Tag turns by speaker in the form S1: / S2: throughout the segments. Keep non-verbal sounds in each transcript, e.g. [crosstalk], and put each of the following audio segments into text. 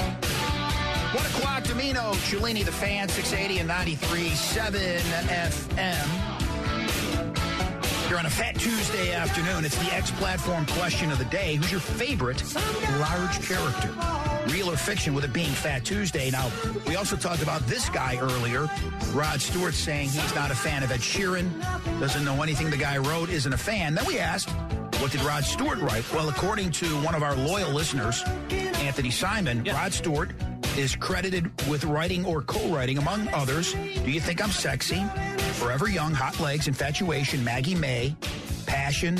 S1: One o'clock, Domino, Cellini, the fan, 680 and 93.7 FM. You're on a fat Tuesday afternoon. It's the X platform question of the day. Who's your favorite large character? Real or fiction with it being Fat Tuesday. Now, we also talked about this guy earlier, Rod Stewart, saying he's not a fan of Ed Sheeran, doesn't know anything the guy wrote, isn't a fan. Then we asked, what did Rod Stewart write? Well, according to one of our loyal listeners, Anthony Simon, Rod Stewart is credited with writing or co-writing, among others, Do You Think I'm Sexy, Forever Young, Hot Legs, Infatuation, Maggie May, Passion,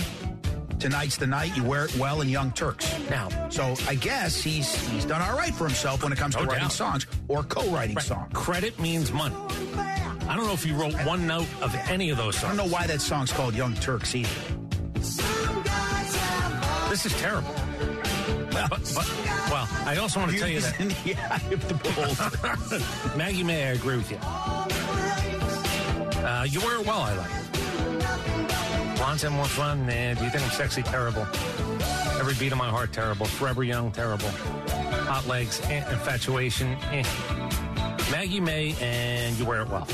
S1: Tonight's the Night, You Wear It Well, and Young Turks.
S2: Now,
S1: So I guess he's he's done all right for himself when it comes to
S2: No
S1: writing
S2: doubt.
S1: songs or co-writing
S2: right,
S1: songs.
S2: credit means money. I don't know if you wrote one note of any of those
S1: I
S2: songs.
S1: don't know why that song's called Young Turks either.
S2: This is terrible.
S1: Well,
S2: But, but well, I also want to tell you
S1: beauty's [laughs]
S2: that
S1: in the eye of
S2: [laughs]
S1: the beholder.
S2: Maggie May, I agree with you. Uh, you wear it well. I like. Blondes have more fun. Nah, do you think I'm sexy? Terrible. Every beat of my heart, terrible. Forever young, terrible. Hot legs, eh, infatuation. Eh. Maggie May and you wear it well.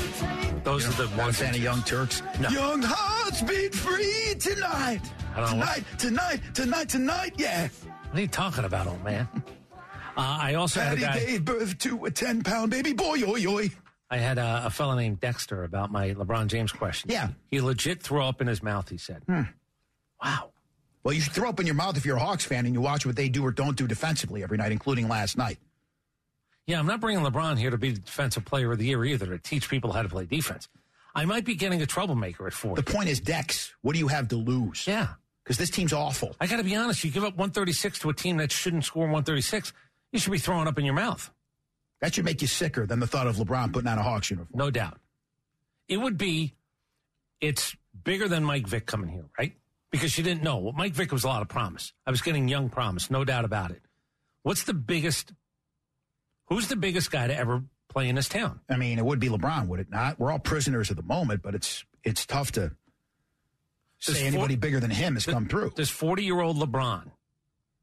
S2: Those are the
S1: Not a
S2: ones.
S1: fan of Young Turks.
S2: No.
S1: Young hearts beat free tonight.
S2: I don't know what-
S1: Tonight, tonight, tonight, tonight, yeah.
S2: What are you talking about, old man?
S1: [laughs]
S2: Uh, I also had a
S1: Patty
S2: guy.
S1: gave birth to a 10 pound baby boy, oi, oi.
S2: I had a, a fellow named Dexter about my LeBron James question.
S1: Yeah.
S2: He legit threw up in his mouth, he said. Wow.
S1: Well, you should throw up in your mouth if you're a Hawks fan and you watch what they do or don't do defensively every night, including last night.
S2: Yeah, I'm not bringing LeBron here to be the defensive player of the year either, to teach people how to play defense. I might be getting a troublemaker at 40.
S1: The point is, Dex, what do you have to lose?
S2: yeah.
S1: Because this team's awful.
S2: I got to be honest. You give up 136 to a team that shouldn't score 136, you should be throwing up in your mouth.
S1: That should make you sicker than the thought of LeBron putting on a Hawks uniform.
S2: No doubt. It would be, it's bigger than Mike Vick coming here, right? Because you didn't know. Well, Mike Vick was a lot of promise. I was getting young promise, no doubt about it. What's the biggest, who's the biggest guy to ever play in this town?
S1: I mean, it would be LeBron, would it not? We're all prisoners of the moment, but it's it's tough to
S2: Does
S1: say
S2: four-
S1: anybody bigger than him has
S2: Th-
S1: come through.
S2: Does 40 year old LeBron,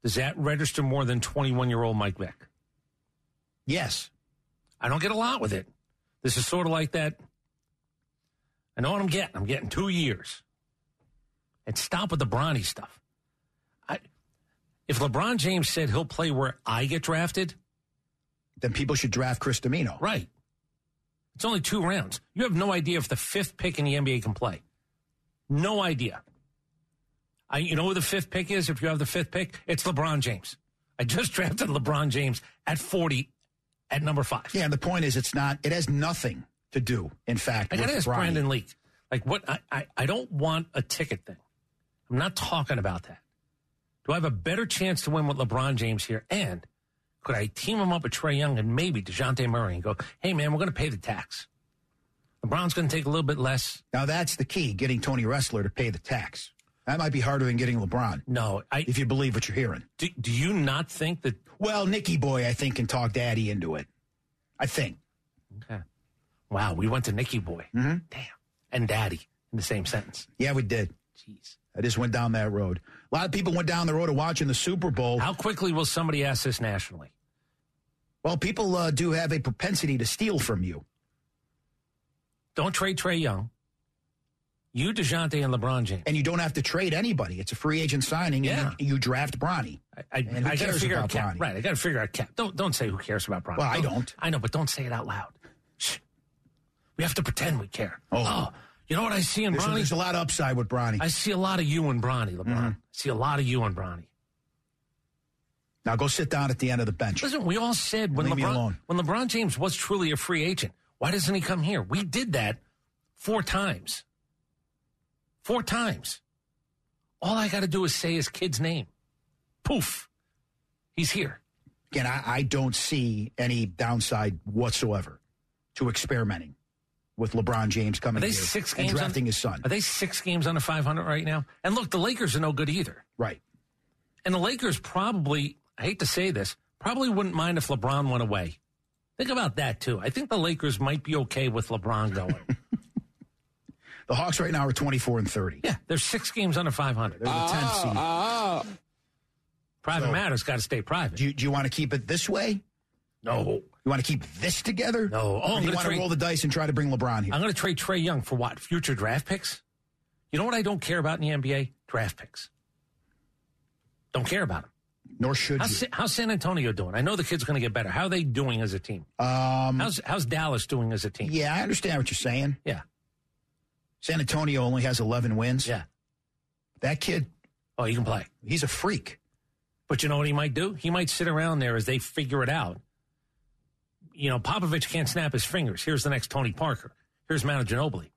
S2: does that register more than 21 year old Mike Vick?
S1: Yes.
S2: I don't get a lot with it. This is sort of like that. I know what I'm getting. I'm getting two years. And stop with the Bronny stuff. I, if LeBron James said he'll play where I get drafted,
S1: Then people should draft Chris Domino.
S2: right. It's only two rounds. You have no idea if the fifth pick in the NBA can play. No idea. I, you know who the fifth pick is if you have the fifth pick? It's LeBron James. I just [laughs] drafted LeBron James at 40 at number five.
S1: Yeah, and the point is, it's not, it has nothing to do, in fact,
S2: I
S1: with
S2: gotta ask
S1: Bronny.
S2: Brandon Leak. Like what I, I, I don't want a ticket thing. I'm not talking about that. Do I have a better chance to win with LeBron James here? And could I team him up with Trey Young and maybe DeJounte Murray and go, hey man, we're gonna pay the tax. LeBron's gonna take a little bit less.
S1: Now that's the key, getting Tony Wrestler to pay the tax. That might be harder than getting LeBron,
S2: No, I
S1: if you believe what you're hearing.
S2: do, do you not think that
S1: Well, Nicky Boy, I think, can talk Daddy into it. I think.
S2: okay. Wow, we went to Nicky Boy. Damn. And Daddy in the same sentence.
S1: Yeah, we did.
S2: Jeez.
S1: I just went down that road. A lot of people went down the road of watching the Super Bowl.
S2: How quickly will somebody ask this nationally?
S1: Well, people uh, do have a propensity to steal from you.
S2: Don't trade Trey Young. You, DeJounte, and LeBron James.
S1: And you don't have to trade anybody. It's a free agent signing,
S2: Yeah.
S1: and you, you draft Bronny.
S2: I, I,
S1: Man, who
S2: I gotta
S1: cares
S2: figure
S1: about
S2: out cap.
S1: Bronny?
S2: Right, I gotta figure out cap. Don't don't say who cares about Bronny.
S1: Well, I don't.
S2: I know, but don't say it out loud. Shh. We have to pretend we care.
S1: Oh.
S2: you know what I see in
S1: There's,
S2: Bronny?
S1: there's a Mm-hmm. lot of upside with Bronny.
S2: I see a lot of you in Bronny, LeBron. I see a lot of you in Bronny.
S1: now go sit down at the end of the bench.
S2: Listen, we all said when
S1: Leave me
S2: LeBron
S1: alone.
S2: when LeBron James was truly a free agent, why doesn't he come here? We did that four times. Four times. All I got to do is say his kid's name. Poof. He's here.
S1: Again, I, I don't see any downside whatsoever to experimenting with LeBron James coming
S2: Are they
S1: here
S2: six
S1: and
S2: games on-
S1: drafting his son.
S2: Are they six games under 500 right now? And look, the Lakers are no good either.
S1: Right.
S2: And the Lakers probably, I hate to say this, probably wouldn't mind if LeBron went away. Think about that, too. I think the Lakers might be okay with LeBron going.
S1: [laughs] The Hawks right now are 24 and 30.
S2: yeah, Ah, they're six games under 500.
S1: They're the 10th seed.
S2: private matters got to stay private.
S1: do you, do you want to keep it this way?
S2: no.
S1: You want to keep this together?
S2: No. Oh,
S1: Or do
S2: I'm
S1: you
S2: gonna
S1: want to
S2: trade-
S1: roll the dice and try to bring LeBron here?
S2: I'm going to trade Trey Young for what? Future draft picks? You know what I don't care about in the NBA? Draft picks. Don't care about them.
S1: Nor should
S2: How's,
S1: you.
S2: Sa- how's San Antonio doing? I know the kids going to get better. How are they doing as a team?
S1: Um,
S2: How's how's Dallas doing as a team?
S1: yeah, I understand what you're saying.
S2: Yeah.
S1: San Antonio only has 11 wins.
S2: Yeah.
S1: That kid,
S2: Oh, he can play.
S1: he's a freak.
S2: But you know what he might do? He might sit around there as they figure it out. You know, Popovich can't snap his fingers. Here's the next Tony Parker. Here's Manu Ginobili.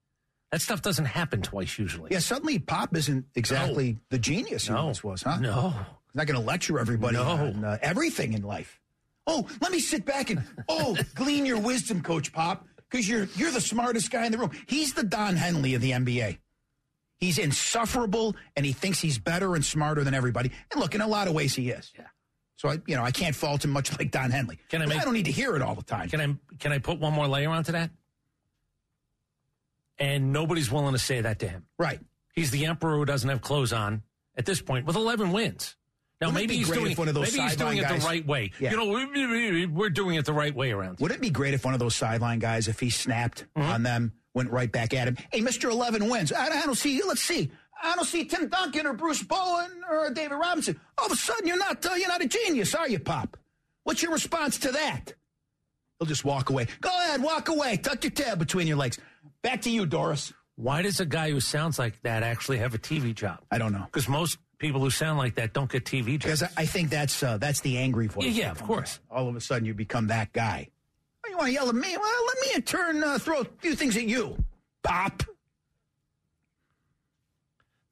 S2: That stuff doesn't happen twice usually.
S1: Yeah, suddenly Pop isn't exactly the genius he
S2: no.
S1: once was, huh?
S2: No.
S1: He's not going to lecture everybody
S2: No.
S1: on uh, everything in life. Oh, let me sit back and oh, [laughs] glean your wisdom, Coach Pop, because you're you're the smartest guy in the room. He's the Don Henley of the NBA. He's insufferable, and he thinks he's better and smarter than everybody. And look, in a lot of ways, he is.
S2: Yeah.
S1: So I, you know, I can't fault him much [laughs] like Don Henley.
S2: Can I
S1: But
S2: make-
S1: I don't need to hear it all the time.
S2: Can I can I put one more layer onto that? And nobody's willing to say that to him.
S1: right?
S2: He's the emperor who doesn't have clothes on at this point with 11 wins. Now
S1: Wouldn't it
S2: maybe
S1: be
S2: he's
S1: great
S2: doing
S1: if one of those
S2: maybe he's doing
S1: sideline
S2: it
S1: guys-
S2: the right way.
S1: Yeah.
S2: You know, we- we- we- we're doing it the right way around.
S1: Wouldn't it be great if one of those sideline guys, if he snapped
S2: Mm-hmm.
S1: on them, went right back at him? Hey, Mister Eleven wins. I, I don't see. Let's see. I don't see Tim Duncan or Bruce Bowen or David Robinson. All of a sudden, you're not uh, you're not a genius, are you, Pop? What's your response to that? He'll just walk away. Go ahead, walk away. Tuck your tail between your legs. Back to you, Doris.
S2: Why does a guy who sounds like that actually have a TV job?
S1: I don't know
S2: Because most people who sound like that don't get TV jobs.
S1: because I, I think that's uh, that's the angry voice.
S2: Yeah, yeah, of course.
S1: All of a sudden, you become that guy. Oh, You want to yell at me? Well, let me in turn uh, throw a few things at you, Pop.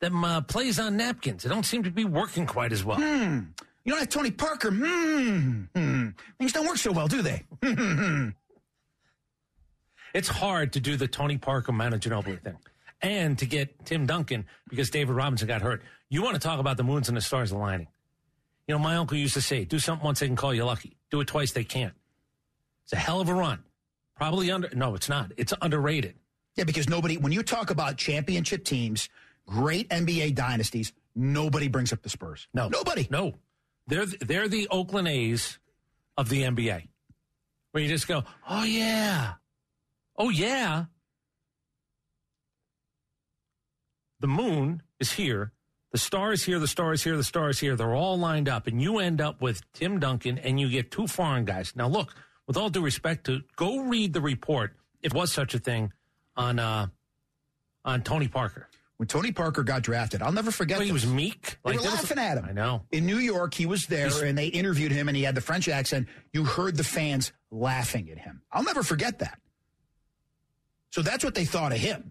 S2: Them uh, plays on napkins. They don't seem to be working quite as well.
S1: You don't have Tony Parker. Hmm. Hmm. Things don't work so well, do they? Hmm.
S2: It's hard to do the Tony Parker Manu Ginobili thing and to get Tim Duncan because David Robinson got hurt. You want to talk about the moons and the stars aligning. You know, my uncle used to say, do something once they can call you lucky. Do it twice they can't. It's a hell of a run. Probably under, no, it's not. It's underrated.
S1: Yeah, because nobody, when you talk about championship teams, great NBA dynasties, nobody brings up the Spurs.
S2: No.
S1: Nobody.
S2: No. They're they're the Oakland A's of the NBA. Where you just go, "Oh yeah. Oh yeah." The moon is here. The star is here, the star is here, the star is here. They're all lined up and you end up with Tim Duncan and you get two foreign guys. Now look, with all due respect to go read the report if was such a thing on uh on Tony Parker.
S1: When Tony Parker got drafted, I'll never forget
S2: But he
S1: this.
S2: was meek.
S1: They were
S2: there was-
S1: laughing at him.
S2: I know.
S1: In New York, he was there and they interviewed him and he had the French accent. You heard the fans laughing at him. I'll never forget that. So that's what they thought of him.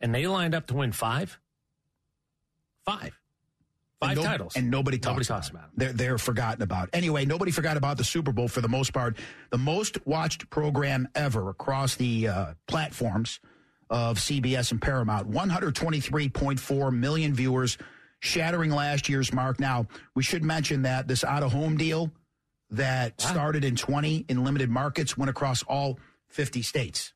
S2: and they lined up to win five, five,
S1: And
S2: five
S1: no-
S2: titles,
S1: And nobody talks,
S2: Nobody
S1: about,
S2: talks
S1: it.
S2: about them.
S1: They're, they're forgotten about. Anyway, nobody forgot about the Super Bowl for the most part. The most watched program ever across the uh, platforms of CBS and Paramount 123.4 million viewers, shattering last year's mark. Now, we should mention that this out of home deal that started in 20 in limited markets went across all 50 states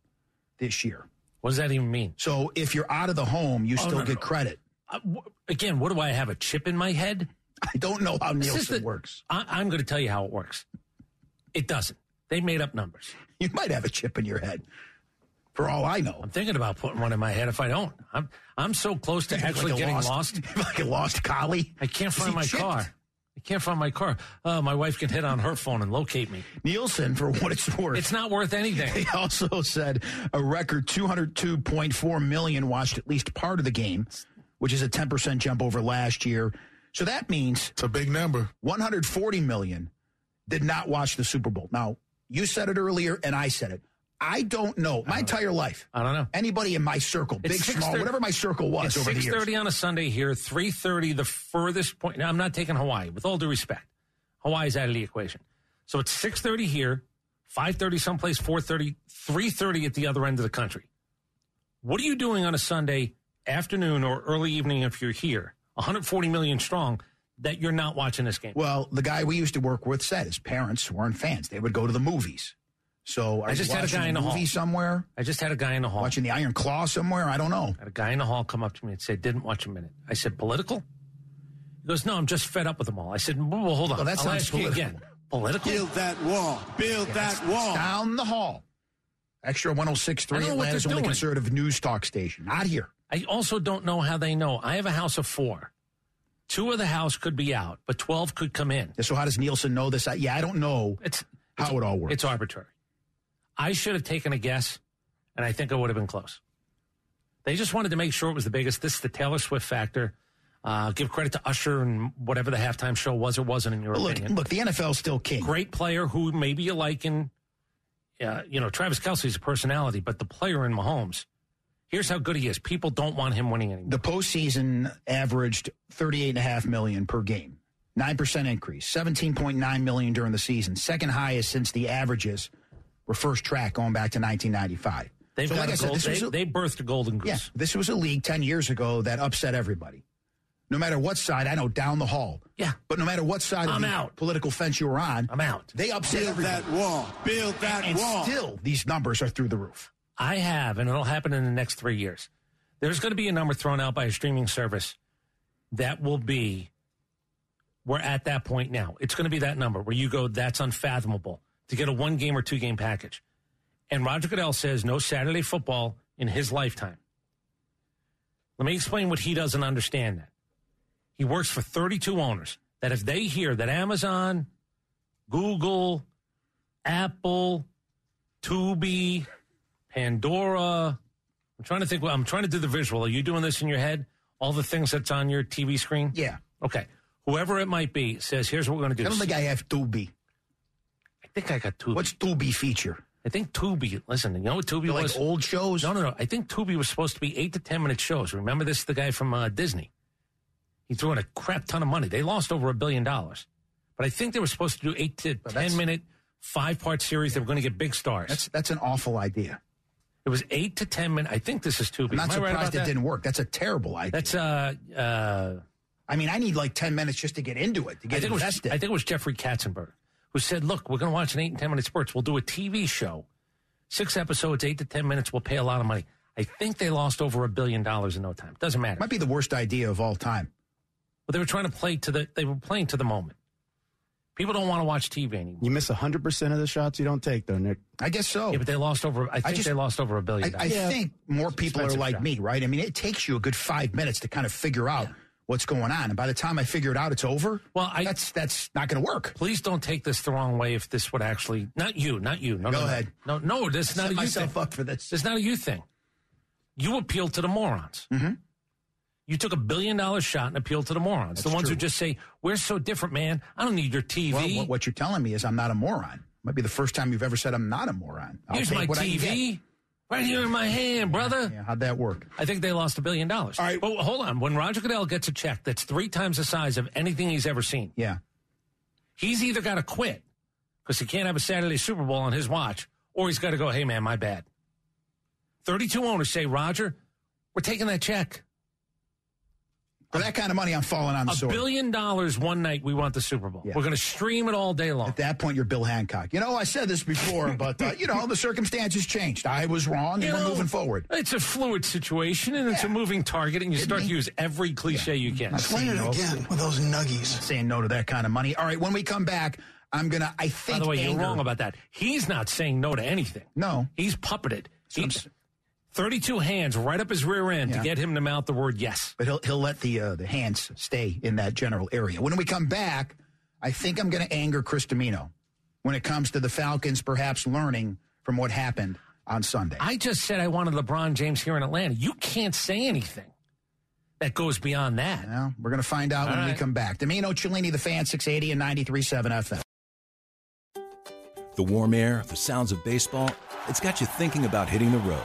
S1: this year.
S2: What does that even mean?
S1: So if you're out of the home, you still
S2: Oh, no,
S1: get
S2: no.
S1: credit. [laughs]
S2: Uh, wh- again, what do I have a chip in my head?
S1: I don't know how
S2: This is
S1: Nielsen
S2: the-
S1: works.
S2: I, I'm going to tell you how it works. It doesn't. They made up numbers.
S1: [laughs] You might have a chip in your head. For all I know,
S2: I'm thinking about putting one in my head if I don't. I'm I'm so close to actually
S1: Like a
S2: getting
S1: lost, [laughs]
S2: lost.
S1: Like a lost collie.
S2: I can't
S1: Is
S2: find
S1: he
S2: my
S1: chipped?
S2: car. I can't find my car. Uh, my wife can hit on her phone and locate me.
S1: Nielsen, for what it's worth,
S2: It's not worth
S1: [laughs]
S2: anything.
S1: They also said a record 202.4 million watched at least part of the game, which is a 10% jump over last year. So that means
S3: It's a big number.
S1: 140 million did not watch the Super Bowl. Now, you said it earlier and I said it. I don't know. My entire life.
S2: I don't know.
S1: Anybody in my circle,
S2: Uh, It's
S1: big, small,
S2: 6:30
S1: whatever my circle was
S2: It's
S1: over the
S2: six
S1: years.
S2: thirty on a Sunday here. Three thirty, the furthest point. Now I'm not taking Hawaii. With all due respect, Hawaii's out of the equation. So it's six thirty here, five thirty someplace, 4:30, 3:30 at the other end of the country. What are you doing on a Sunday afternoon or early evening if you're here, 140 million strong, that you're not watching this game?
S1: Well, the guy we used to work with said his parents weren't fans. They would go to the movies. So are
S2: I just
S1: you
S2: had a
S1: watching
S2: guy in the
S1: movie
S2: hall.
S1: somewhere?
S2: I just had a guy in the hall.
S1: Watching the Iron Claw somewhere? I don't know.
S2: Had a guy in the hall come up to me and say, "Didn't watch a minute." I said, "Political." He goes, "No, I'm just fed up with them all." I said, "Well, well, hold on.
S1: Well, that
S2: I'll
S1: sounds
S2: ask you
S1: political.
S2: again. Political?
S3: Build that wall. Build that wall.
S1: Down the hall. Extra 1063
S2: I don't know what
S1: Atlanta's
S2: they're
S1: only
S2: doing.
S1: conservative news talk station. Not here.
S2: I also don't know how they know. I have a house of four. Two of the house could be out, but 12 could come in.
S1: So how does Nielsen know this? I, yeah, I don't know
S2: It's,
S1: how it all works.
S2: it's arbitrary. I should have taken a guess, and I think I would have been close. They just wanted to make sure it was the biggest. This is the Taylor Swift factor. Uh, give credit to Usher and whatever the halftime show was or wasn't in your
S1: But look,
S2: opinion.
S1: look, the NFL's still king.
S2: Great player who maybe you like in, uh, you know, Travis Kelsey's a personality, but the player in Mahomes, here's how good he is. People don't want him winning anymore.
S1: The postseason averaged thirty-eight and a half million per game, nine percent increase, seventeen point nine million during the season, second highest since the averages were first track going back to nineteen ninety-five.
S2: They've
S1: so
S2: got
S1: like
S2: a
S1: I said,
S2: gold,
S1: this was
S2: they,
S1: a-
S2: they birthed a golden goose.
S1: Yeah, this was a league ten years ago that upset everybody. No matter what side, I know down the hall.
S2: Yeah.
S1: but no matter what side of
S2: I'm
S1: the
S2: out.
S1: political fence you were on,
S2: I'm out.
S1: they upset
S3: Build
S1: everybody.
S3: that wall. Build that
S1: And
S3: wall.
S1: still, these numbers are through the roof.
S2: I have, and it'll happen in the next three years. There's going to be a number thrown out by a streaming service that will be, we're at that point now. It's going to be that number where you go, that's unfathomable to get a one game or two game package. And Roger Goodell says no Saturday football in his lifetime. Let me explain what he doesn't understand that. He works for 32 owners that if they hear that Amazon, Google, Apple, Tubi, Pandora. I'm trying to think. I'm trying to do the visual. Are you doing this in your head? All the things that's on your TV screen?
S1: Yeah,
S2: Okay. Whoever it might be says, here's what we're going to
S1: I
S2: do.
S1: don't think I have Tubi.
S2: I think I got Tubi.
S1: What's Tubi feature?
S2: I think Tubi. Listen, you know what Tubi
S1: Like
S2: was?
S1: old shows?
S2: No, no, no. I think Tubi was supposed to be eight to 10 minute shows. Remember this? The guy from uh, Disney. He threw in a crap ton of money. They lost over a billion dollars. But I think they were supposed to do eight to
S1: that's-
S2: 10 minute, five part series. They were going to get big stars.
S1: That's that's an awful idea.
S2: it was eight to 10 minute. I think this is Tubi.
S1: I'm not
S2: Am I right
S1: surprised
S2: about
S1: it
S2: that?
S1: didn't work. That's a terrible idea.
S2: That's uh, uh,
S1: I mean, I need like 10 minutes just to get into it, to
S2: I
S1: get
S2: think, it was, I
S1: invested.
S2: think it was Jeffrey Katzenberg who said, look, we're going to watch an eight and 10 minute sports. We'll do a TV show. Six episodes, eight to 10 minutes. We'll pay a lot of money. I think they lost over a billion dollars in no time. Doesn't matter.
S1: Might be the worst idea of all time.
S2: But they were trying to play to the, they were playing to the moment. People don't want to watch TV anymore.
S4: You miss 100% of the shots you don't take, though, Nick.
S1: I guess so.
S2: Yeah, but they lost over, I think
S1: just-
S2: they lost over a billion
S1: I, I
S2: dollars.
S1: think more people are
S2: expensive
S1: like
S2: shot.
S1: me, right? I mean, it takes you a good five minutes to kind of figure out what's going on. And by the time I figure it out, it's over.
S2: Well, I-
S1: that's that's not going to work.
S2: Please don't take this the wrong way if this would actually, not you, not you. No,
S1: Go
S2: no, no.
S1: ahead.
S2: No, no, this is not a
S1: Set
S2: you
S1: myself
S2: thing.
S1: up for this.
S2: It's not a you thing. You appeal to the morons.
S1: Mm-hmm.
S2: You took a billion dollar shot and appealed to the morons. the ones who just say, We're so different, man. I don't need your TV.
S1: Well, what, what you're telling me is I'm not a moron. Might be the first time you've ever said I'm not a moron. I'll
S2: Here's
S1: take
S2: my
S1: what I can get.
S2: TV right here in my hand, brother.
S1: Yeah, how'd that work?
S2: I think they lost a billion dollars.
S3: All right.
S2: But hold on. When Roger Goodell gets a check that's three times the size of anything he's ever seen,
S1: Yeah.
S2: he's either got to quit because he can't have a Saturday Super Bowl on his watch, or he's got to go, Hey, man, my bad. 32 owners say, Roger, we're taking that check.
S1: For that kind of money, I'm falling on the
S2: A
S1: sword.
S2: billion dollars one night we want the Super Bowl.
S1: Yeah.
S2: We're going to stream it all day long.
S1: At that point, you're Bill Hancock. You know, I said this before, but uh, you know, the circumstances changed. I was wrong,
S2: You
S1: and we're
S2: know,
S1: moving forward.
S2: It's a fluid situation and it's a
S1: Yeah.
S2: moving target, and you start to use every cliche you can.
S3: Explain it again with those nuggies.
S1: Saying no to that kind of money. All right, when we come back, I'm gonna. I think.
S2: By the way, you're
S1: anger-
S2: wrong about that. He's not saying no to anything.
S1: No.
S2: He's puppeted.
S1: what I'm
S2: He's 32 hands right up his rear end
S1: Yeah.
S2: to get him to mouth the word yes.
S1: But he'll he'll let the uh, the hands stay in that general area. When we come back, I think I'm gonna anger Chris Domino when it comes to the Falcons perhaps learning from what happened on Sunday.
S2: I just said I wanted LeBron James here in Atlanta. You can't say anything that goes beyond that.
S1: Well, we're gonna find out when
S2: All
S1: we
S2: right.
S1: come back. Domino Cellini, the fan, 680 and 93.7 FM.
S5: The warm air, the sounds of baseball, it's got you thinking about hitting the road.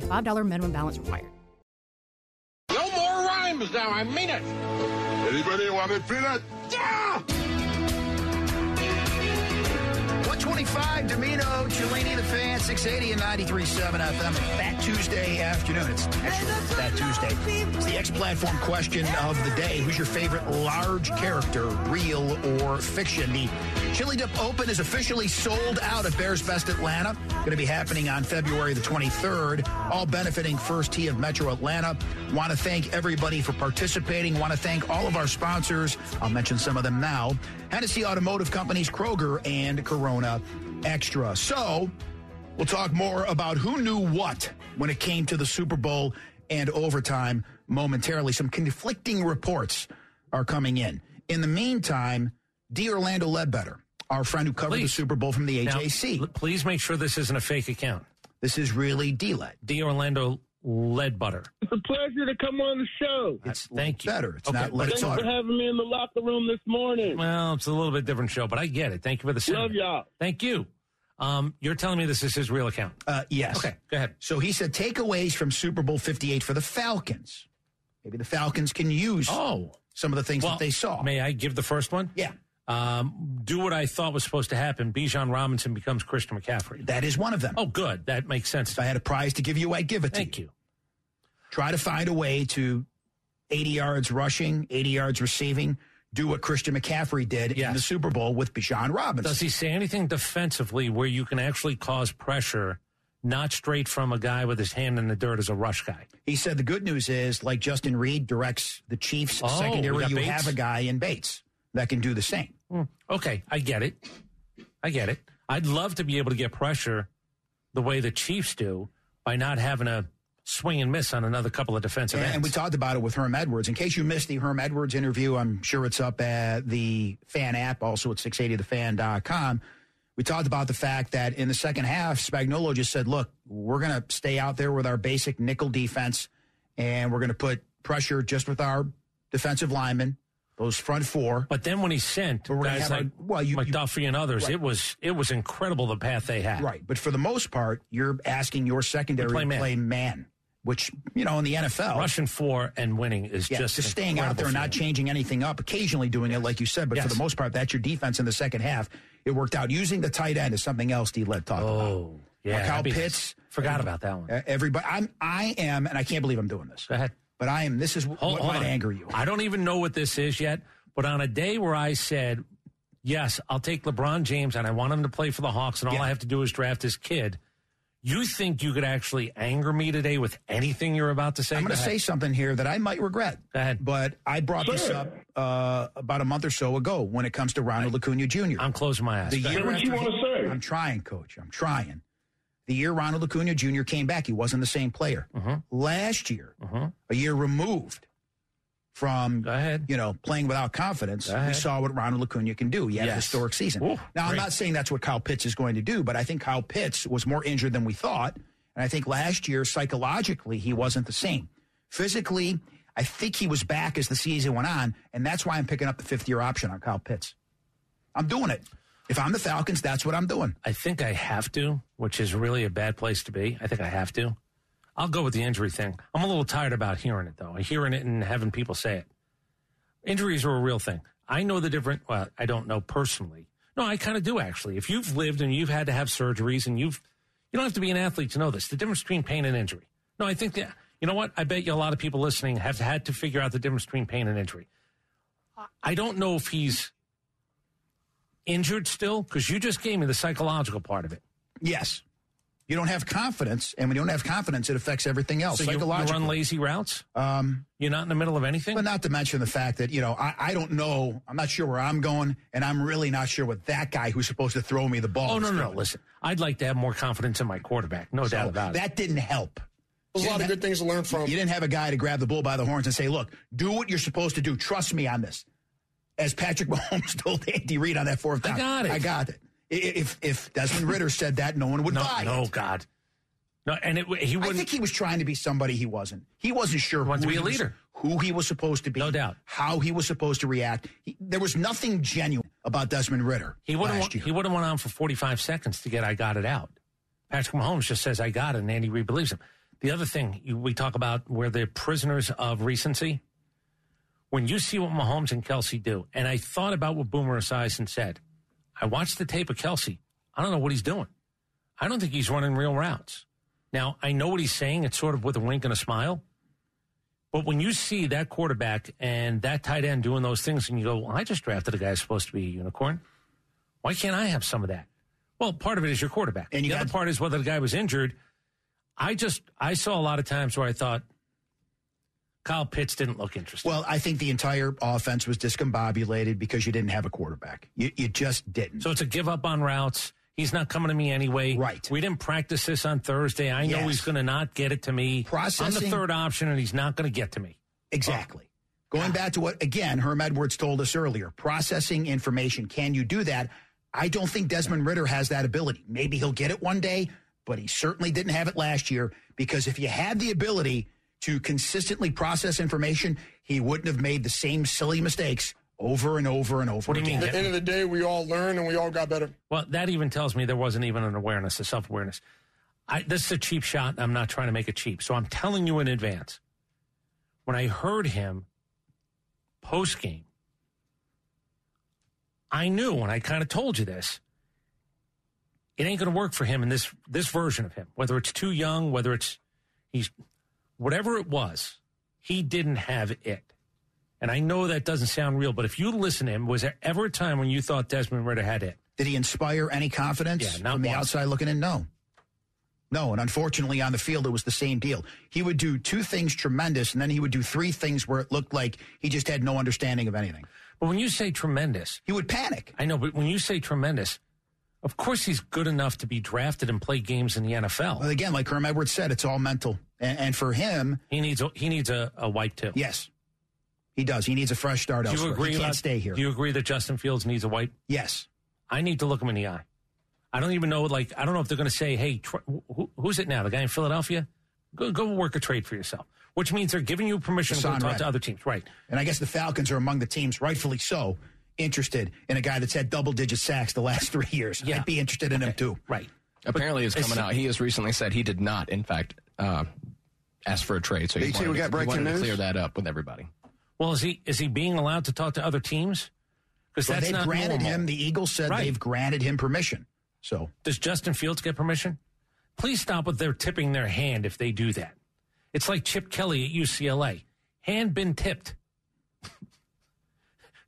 S6: $5 minimum balance required.
S7: No more rhymes now, I mean it. Anybody want a peanut? Yeah!
S1: 125, Domino, Cellini, the fan, 680 and 93.7 FM. Fat Tuesday afternoon. It's actually Fat Tuesday. It's the X platform question of the day. Who's your favorite large character, real or fiction? The Chili Dip Open is officially sold out at Bears Best Atlanta. Going to be happening on February the 23rd, all benefiting First Tee of Metro Atlanta. Want to thank everybody for participating. Want to thank all of our sponsors. I'll mention some of them now. Hennessy Automotive Companies, Kroger, and Corona Extra. So we'll talk more about who knew what when it came to the Super Bowl and overtime momentarily. Some conflicting reports are coming in. In the meantime, D. Orlando Ledbetter, our friend who covered the
S2: Please.
S1: Super Bowl from the
S2: Now,
S1: HAC.
S2: l- please make sure this isn't a fake account.
S1: this is really D. Led.
S2: D. Orlando Ledbutter.
S8: It's a pleasure to come on the show.
S2: It's, thank you.
S1: Better. It's
S2: Okay,
S1: not
S2: but
S1: Led
S8: Thanks
S2: it's-
S8: for
S1: Sauter.
S8: having me in the locker room this morning.
S2: Well, it's a little bit different show, but I get it. Thank you for the
S8: Love
S2: sentiment.
S8: y'all.
S2: Thank you. Um, you're telling me this is his real account.
S1: Uh, yes.
S2: Okay, go ahead.
S1: So he said takeaways from Super Bowl 58 for the Falcons. Maybe the Falcons can use
S2: Oh,
S1: some of the things
S2: well,
S1: that they saw.
S2: May I give the first one?
S1: yeah,
S2: Um, do what I thought was supposed to happen. Bijan Robinson becomes Christian McCaffrey.
S1: that is one of them.
S2: Oh, good. That makes sense.
S1: If I had a prize to give you, I'd give it to
S2: Thank you.
S1: Try to find a way to 80 yards rushing, 80 yards receiving, do what Christian McCaffrey did in
S2: Yes.
S1: the Super Bowl with Bijan Robinson.
S2: Does he say anything defensively where you can actually cause pressure, not straight from a guy with his hand in the dirt as a rush guy?
S1: He said the good news is, like Justin Reed directs the Chiefs
S2: Oh, we
S1: secondary,
S2: got
S1: you
S2: Bates?
S1: have a guy in Bates that can do the same.
S2: Okay, I get it. I get it. I'd love to be able to get pressure the way the Chiefs do by not having a swing and miss on another couple of defensive
S1: And,
S2: ends.
S1: and we talked about it with Herm Edwards. In case you missed the Herm Edwards interview, I'm sure it's up at the fan app, also at 680thefan.com. We talked about the fact that in the second half, Spagnolo just said, look, we're going to stay out there with our basic nickel defense, and we're going to put pressure just with our defensive linemen, those front four.
S2: but then when he sent
S1: But we're gonna
S2: guys
S1: have
S2: like
S1: our- well, you- you-
S2: McDuffie and others,
S1: Right.
S2: it was it was incredible the path they had.
S1: Right. But for the most part, you're asking your secondary
S2: play
S1: to
S2: man.
S1: play man, which, you know, in the NFL.
S2: Rushing for and winning is
S1: Yeah,
S2: just
S1: just, staying out there and not
S2: incredible
S1: changing anything up, occasionally doing it like you said, but for
S2: Yes.
S1: the most part, that's your defense in the second half. It worked out. Using the tight end is something else D led talked
S2: feeling.
S1: about.
S2: Oh, yeah.
S1: Like how
S2: that'd be
S1: Pitts-
S2: nice. Forgot about that one.
S1: Uh, Everybody I'm I am, and I can't believe I'm doing this.
S2: Go ahead.
S1: But I am this is
S2: Hold,
S1: what
S2: hold
S1: might
S2: on.
S1: anger you.
S2: I don't even know what this is yet, but on a day where I said, yes, I'll take LeBron James and I want him to play for the Hawks and all
S1: Yeah.
S2: I have to do is draft his kid, you think you could actually anger me today with anything you're about to say?
S1: I'm
S2: Go
S1: gonna
S2: ahead.
S1: say something here that I might regret.
S2: Go ahead.
S1: But I brought this
S8: Sure.
S1: up uh, about a month or so ago when it comes to Ronald Acuna Jr.
S2: I'm closing my eyes.
S1: the
S2: Go ahead.
S1: year
S8: Say what
S1: after
S8: you wanna
S1: he-
S8: say.
S1: I'm trying, coach. I'm trying. The year Ronald Acuna Jr. came back, he wasn't the same player. Last year, a year removed from
S2: Go ahead.
S1: you know playing without confidence,
S2: Go ahead.
S1: we saw what Ronald Acuna can do. He had a
S2: Yes.
S1: historic season.
S2: Ooh,
S1: now I'm
S2: great.
S1: not saying that's what Kyle Pitts is going to do, but I think Kyle Pitts was more injured than we thought, and I think last year psychologically he wasn't the same. Physically, I think he was back as the season went on, and that's why I'm picking up the fifth year option on Kyle Pitts. I'm doing it. If I'm the Falcons, that's what I'm doing.
S2: I think I have to, which is really a bad place to be. I think I have to. I'll go with the injury thing. I'm a little tired about hearing it though. Hearing it and having people say it. Injuries are a real thing. I know the different. Well, I don't know personally. No, I kind of do actually. If you've lived and you've had to have surgeries and you've, you don't have to be an athlete to know this. The difference between pain and injury. No, I think that, you know what? I bet you a lot of people listening have had to figure out the difference between pain and injury. I- I don't know if he's injured still because you just gave me the psychological part of it.
S1: Yes. You don't have confidence, and when you don't have confidence, it affects everything else.
S2: So you, you
S1: Oh, psychologically.
S2: run lazy routes?
S1: Um,
S2: You're not in the middle of anything?
S1: but not to mention the fact that, you know, I, I don't know. I'm not sure where I'm going, and I'm really not sure what that guy who's supposed to throw me the ball
S2: Oh,
S1: is
S2: no, no, no.
S1: doing.
S2: Listen, I'd like to have more confidence in my quarterback. No doubt
S1: So
S2: about it.
S1: that didn't help.
S7: There's a lot of good things to learn from.
S1: You didn't have a guy to grab the bull by the horns and say, look, do what you're supposed to do. Trust me on this. As Patrick [laughs] Mahomes told Andy Reid on that fourth down.
S2: got it.
S1: I got it. I- i- If if Desmond Ritter said that, no one would
S2: No,
S1: buy
S2: no,
S1: it.
S2: God. No, and it, he
S1: I
S2: wouldn't.
S1: think he was trying to be somebody he wasn't. He wasn't sure
S2: Wanted to be a
S1: he was-
S2: leader.
S1: who he was supposed to be.
S2: No doubt.
S1: How he was supposed to react. He, there was nothing genuine about Desmond Ritter
S2: He would
S1: last
S2: have
S1: year.
S2: he would have went on for 45 seconds to get I got it out. Patrick Mahomes just says I got it, and Andy Reid believes him. The other thing you, we talk about where they're prisoners of recency. When you see what Mahomes and Kelsey do, and I thought about what Boomer Esiason said. I watched the tape of Kelsey. I don't know what he's doing. I don't think he's running real routes. Now I know what he's saying. It's sort of with a wink and a smile. But when you see that quarterback and that tight end doing those things, and you go, well, I just drafted a guy who's supposed to be a unicorn. Why can't I have some of that? Well, part of it is your quarterback.
S1: And you
S2: the
S1: got-
S2: other part is whether the guy was injured. I just I saw a lot of times where I thought Kyle Pitts didn't look interested.
S1: well, I think the entire offense was discombobulated because you didn't have a quarterback. You, you just didn't.
S2: so it's a give up on routes. He's not coming to me anyway.
S1: Right.
S2: We didn't practice this on Thursday. I know
S1: Yes.
S2: he's going to not get it to me. I'm the
S1: Processing-
S2: third option, and he's not going to get to me.
S1: Exactly. Going back to what, again, Herm Edwards told us earlier processing information. Can you do that? I don't think Desmond Ritter has that ability. Maybe he'll get it one day, but he certainly didn't have it last year because if you had the ability to consistently process information, he wouldn't have made the same silly mistakes over and over and over
S2: What do you mean?
S1: again.
S7: At the end of the day, we all learned and we all got better.
S2: Well, that even tells me there wasn't even an awareness, a self awareness. I, this is a cheap shot. I'm not trying to make it cheap. So I'm telling you in advance. When I heard him post game, I knew, and I kind of told you this, it ain't going to work for him in this this version of him. Whether it's too young, whether it's he's whatever it was, he didn't have it. And I know that doesn't sound real, but if you listen to him, was there ever a time when you thought Desmond Ritter had it?
S1: Did he inspire any confidence
S2: Yeah, not
S1: from the
S2: once.
S1: outside looking in? No. No, and unfortunately on the field it was the same deal. He would do two things tremendous and then he would do three things where it looked like he just had no understanding of anything.
S2: But when you say tremendous,
S1: He would panic.
S2: I know, but when you say tremendous, of course he's good enough to be drafted and play games in the NFL.
S1: But again, like Herm Edwards said, it's all mental. And, and for him,
S2: he needs a, he needs a, a wipe too.
S1: yes, he does. He needs a fresh start
S2: do you
S1: elsewhere.
S2: agree?
S1: he can't
S2: about-
S1: stay here.
S2: Do you agree that Justin Fields needs a wipe?
S1: yes.
S2: I need to look him in the eye. I don't even know. Like I don't know if they're going to say, "Hey, tr- who, who's it now? The guy in Philadelphia? Go go work a trade for yourself." Which means they're giving you permission to go
S1: Hassan
S2: talk to
S1: Reddick.
S2: other teams, right?
S1: And I guess the Falcons are among the teams, rightfully so, interested in a guy that's had double digit sacks the last [laughs] three years.
S2: Yeah.
S1: I'd be interested in him too.
S2: Right.
S9: Apparently, it's
S2: it's-
S9: coming out. He has recently said he did not, in fact, uh, ask for a trade. So he
S3: BT,
S9: wanted,
S3: we got
S9: to- he
S3: breaking
S9: wanted
S3: news?
S9: to clear that up with everybody.
S2: Well, is he is he being allowed to talk to other teams? Because
S1: Well,
S2: that's
S1: they've
S2: not
S1: granted
S2: normal.
S1: him, the Eagles said
S2: Right.
S1: they've granted him permission. So
S2: Does Justin Fields get permission? Please stop with their tipping their hand if they do that. It's like Chip Kelly at UCLA. Hand been tipped. [laughs]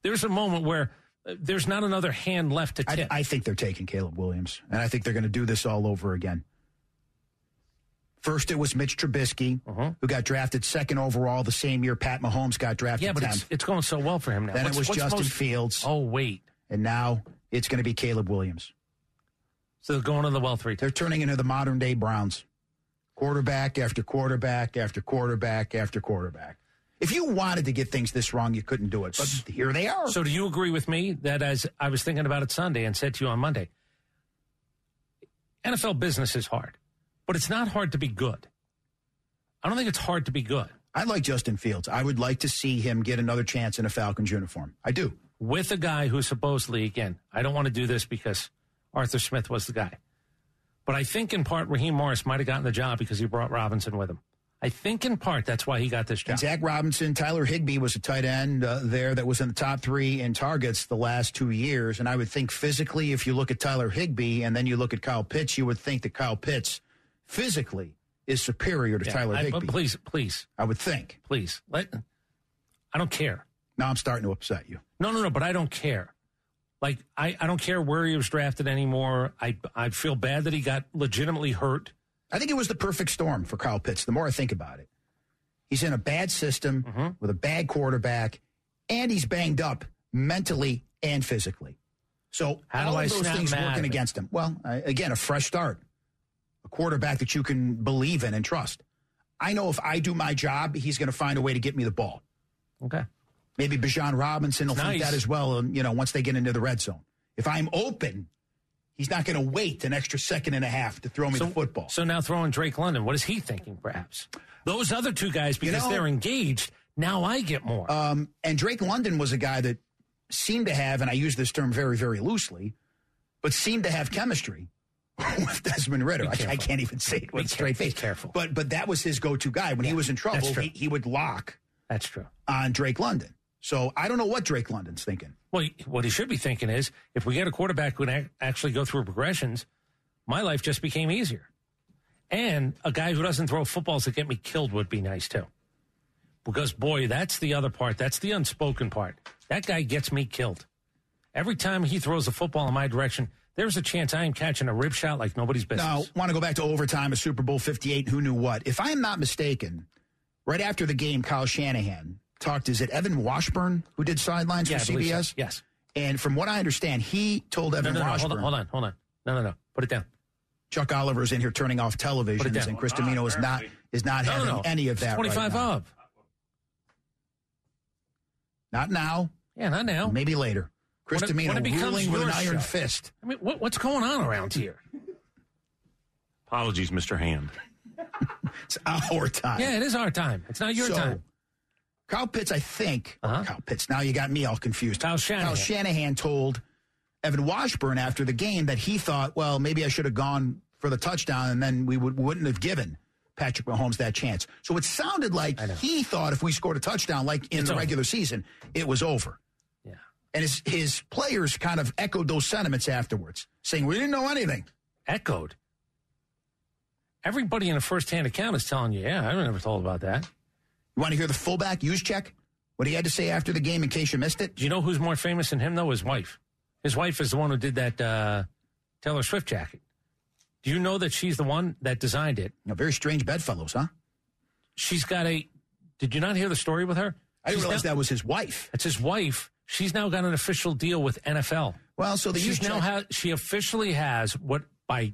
S2: there's a moment where uh, there's not another hand left to
S1: I,
S2: tip.
S1: I think they're taking Caleb Williams, and I think they're going to do this all over again. First, it was Mitch Trubisky,
S2: Uh-huh.
S1: who got drafted second overall the same year Pat Mahomes got drafted
S2: yeah, but it's,
S1: 10th.
S2: it's going so well for him now.
S1: Then
S2: What's-
S1: it was
S2: what's
S1: Justin
S2: most-
S1: Fields,
S2: Oh, wait.
S1: and now it's going to be Caleb Williams.
S2: So they're going to the well three times.
S1: They're turning into the modern day Browns. Quarterback after quarterback after quarterback after quarterback. If you wanted to get things this wrong, you couldn't do it. But here they are.
S2: So do you agree with me that as I was thinking about it Sunday and said to you on Monday, NFL business is hard, but it's not hard to be good. I don't think it's hard to be good.
S1: I like Justin Fields. I would like to see him get another chance in a Falcons uniform. I do.
S2: with a guy who supposedly, again, I don't want to do this because Arthur Smith was the guy. But I think in part Raheem Morris might have gotten the job because he brought Robinson with him. I think in part that's why he got this job.
S1: And Zach Robinson, Tyler Higbee was a tight end uh, there that was in the top three in targets the last two years. And I would think physically, if you look at Tyler Higbee and then you look at Kyle Pitts, you would think that Kyle Pitts physically is superior to
S2: Yeah,
S1: Tyler
S2: I- but
S1: Higby. I,
S2: please, please,
S1: would think.
S2: please. Let, I don't care.
S1: Now I'm starting to upset you.
S2: No, no, no. But I don't care. Like I, I don't care where he was drafted anymore. I, I feel bad that he got legitimately hurt.
S1: I think it was the perfect storm for Kyle Pitts. The more I think about it, he's in a bad system
S2: Mm-hmm.
S1: with a bad quarterback, and he's banged up mentally and physically. So
S2: How do
S1: all
S2: I
S1: of those
S2: snap
S1: things
S2: mad at
S1: working
S2: him?
S1: against him. Well, I, again, a fresh start, a quarterback that you can believe in and trust. I know if I do my job, he's going to find a way to get me the ball.
S2: Okay.
S1: Maybe Bijan Robinson will
S2: It's
S1: think
S2: nice.
S1: that as well. um, You know, once they get into the red zone, if I'm open, he's not going to wait an extra second and a half to throw me the football.
S2: So now throwing Drake London, what is he thinking? Perhaps those other two guys, because
S1: know-
S2: they're engaged. Now I get more.
S1: Um, and Drake London was a guy that seemed to have, and I use this term very, very loosely, but seemed to have chemistry [laughs] with Desmond Ritter.
S2: Be
S1: I, I
S2: careful.
S1: can't even say it with
S2: Be
S1: a straight
S2: careful.
S1: face.
S2: Be careful.
S1: But but that was his go-to guy when he was in trouble.
S2: true.
S1: He, he would lock
S2: That's true.
S1: on Drake London. So I don't know what Drake London's thinking.
S2: Well, he- what he should be thinking is if we get a quarterback who can ac- actually go through progressions, my life just became easier. And a guy who doesn't throw footballs that get me killed would be nice too. Because, boy, that's the other part. That's the unspoken part. That guy gets me killed. Every time he throws a football in my direction, there's a chance I am catching a rib shot like nobody's business.
S1: Now, want to go back to overtime of Super Bowl 58, who knew what? If I am not mistaken, right after the game, Kyle Shanahan talked, is it Evan Washburn who did sidelines
S2: yeah, I
S1: for
S2: believe so.
S1: CBS?
S2: Yes.
S1: And from what I understand, he told
S2: No,
S1: Evan
S2: no, no.
S1: Washburn.
S2: Hold on, hold on, hold on. No, no, no. Put it down.
S1: Chuck Oliver's in here turning off
S2: Put it
S1: televisions,
S2: down. Ah,
S1: and Chris D'Amino is not is not
S2: No, no,
S1: having
S2: no.
S1: any of
S2: It's
S1: that. right
S2: 25
S1: now.
S2: up.
S1: Not now.
S2: Yeah, not now.
S1: Maybe later. Chris
S2: When it-
S1: D'Amino
S2: when it becomes
S1: ruling with an
S2: your
S1: iron
S2: show.
S1: fist.
S2: I mean, what, what's going on around here?
S10: Apologies, Mr. Hand.
S1: It's our time.
S2: Yeah, it is our time. It's not your
S1: so,
S2: time.
S1: Kyle Pitts, I think.
S2: Uh-huh.
S1: Kyle Pitts. Now you got me all confused.
S2: Kyle Shanahan.
S1: Kyle Shanahan told Evan Washburn after the game that he thought, well, maybe I should have gone for the touchdown, and then we would, wouldn't have given Patrick Mahomes that chance. So it sounded like he thought if we scored a touchdown, like in
S2: It's
S1: the
S2: over.
S1: regular season, it was over.
S2: Yeah.
S1: And his, his players kind of echoed those sentiments afterwards, saying, We didn't know anything.
S2: Echoed. Everybody in a first-hand account is telling you, yeah, I was never told about that.
S1: You want to hear the fullback use check? What he had to say after the game in case you missed it?
S2: Do you know who's more famous than him, though? His wife. His wife is the one who did that uh, Taylor Swift jacket. Do you know that she's the one that designed it?
S1: No, very strange bedfellows, huh?
S2: She's got a. Did you not hear the story with her?
S1: I didn't
S2: She's
S1: realize
S2: now-
S1: that was his wife.
S2: That's his wife. She's now got an official deal with NFL.
S1: Well, so the use
S2: She's now
S1: check.
S2: has. She officially has what by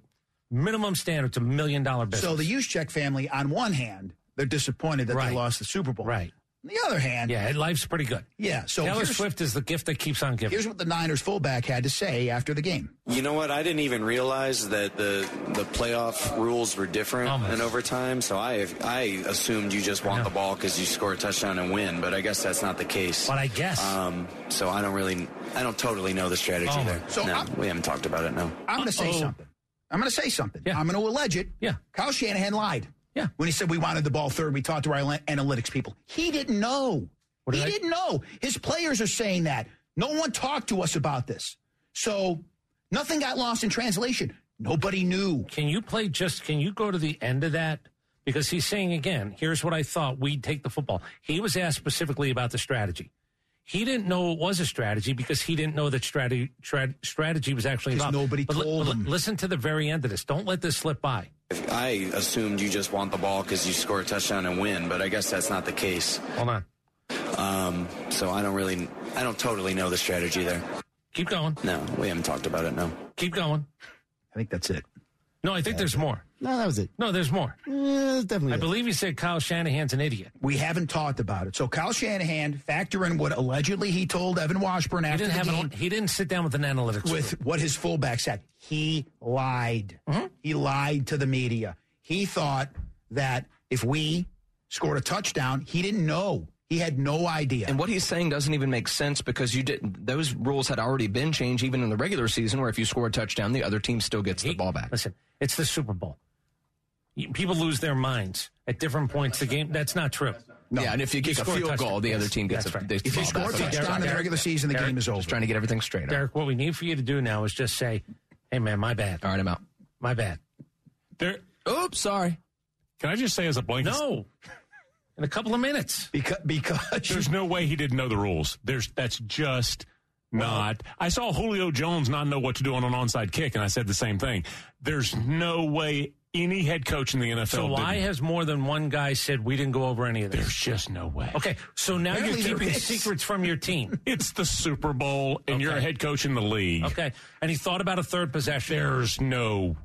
S2: minimum standards a million dollar business.
S1: so the use check family, on one hand, they're disappointed that
S2: Right.
S1: they lost the Super Bowl.
S2: right.
S1: On the other hand, yeah.
S2: Yeah, life's pretty good.
S1: so
S2: Taylor
S1: here's,
S2: Swift is the gift that keeps on giving.
S1: here's what the Niners fullback had to say after the game.
S10: You know what? I didn't even realize that the the playoff rules were different
S2: Oh, my-
S10: in overtime. So I I assumed you just want the ball because you score a touchdown and win. But I guess that's not the case.
S2: But I guess
S10: Um, so I don't really, I don't totally know the strategy
S2: Oh, my-
S10: there.
S1: So
S10: no,
S1: I'm-
S10: we haven't talked about it. No.
S1: I'm going to say
S2: Uh-oh.
S1: something. I'm going to say something.
S2: Yeah.
S1: I'm going to allege it.
S2: Yeah.
S1: Kyle Shanahan lied.
S2: Yeah.
S1: When he said we wanted the ball third, we talked to our ana- analytics people. He didn't know.
S2: What
S1: he
S2: did I-
S1: didn't know. His players are saying that. No one talked to us about this. So nothing got lost in translation. Nobody knew.
S2: can you play just can you go to the end of that? Because he's saying again, here's what I thought we'd take the football. He was asked specifically about the strategy. He didn't know it was a strategy because he didn't know that strategy tra- strategy was actually
S1: 'Cause
S2: involved.
S1: nobody
S2: li-
S1: told
S2: li-
S1: him.
S2: Listen to the very end of this. Don't let this slip by.
S10: I assumed you just want the ball because you score a touchdown and win. But I guess that's not the case.
S2: Hold on.
S10: Um, so I don't really, I don't totally know the strategy there.
S2: Keep going.
S10: No, we haven't talked about it. No.
S2: Keep going.
S1: I think that's it.
S2: No, I think there's more.
S4: No, that was it.
S2: No, there's more.
S4: Yeah, that's definitely
S2: I
S4: it.
S2: believe he said Kyle Shanahan's an idiot.
S1: We haven't talked about it. So Kyle Shanahan, factor in what allegedly he told Evan Washburn
S2: He
S1: after
S2: didn't
S1: the
S2: have
S1: game.
S2: an, he didn't sit down with an analytics group.
S1: with what his fullback said. He lied.
S2: Mm-hmm.
S1: He lied to the media. He thought that if we scored a touchdown, he didn't know. He had no idea.
S9: And what he's saying doesn't even make sense because you didn't. Those rules had already been changed, even in the regular season, where if you score a touchdown, the other team still gets the
S2: He-
S9: ball back.
S2: Listen, it's the Super Bowl. You- People lose their minds at different points. The game that's not true.
S9: Yeah, and if you kick a
S2: score a
S9: field
S2: touchdown.
S9: goal, the other
S2: Yes,
S9: team gets
S2: that's
S9: a,
S2: right.
S9: they
S1: if you
S9: ball
S1: score a
S9: back.
S2: Derek,
S1: touchdown in the
S2: Derek,
S1: regular season, the
S2: Derek,
S1: game is
S9: Just
S1: over.
S9: trying to get everything straight. All
S2: Derek, what we need for you to do now is just say, "Hey, man, my bad,
S9: right, I'm out.
S2: my bad." There,
S9: Oops, sorry.
S11: Can I just say as a blanket?
S2: No. In a couple of minutes.
S11: Because, because there's no way he didn't know the rules. There's that's just not. I saw Julio Jones not know what to do on an onside kick, and I said the same thing. There's no way any head coach in the NFL.
S2: So why
S11: didn't.
S2: has more than one guy said we didn't go over any of this?
S11: There's just no way.
S2: [laughs] Okay, so now
S11: Apparently
S2: you're
S11: there
S2: keeping
S11: is.
S2: secrets from your team.
S11: It's the Super Bowl, and you're a head coach in the league.
S2: Okay, and he thought about a third possession.
S11: There's no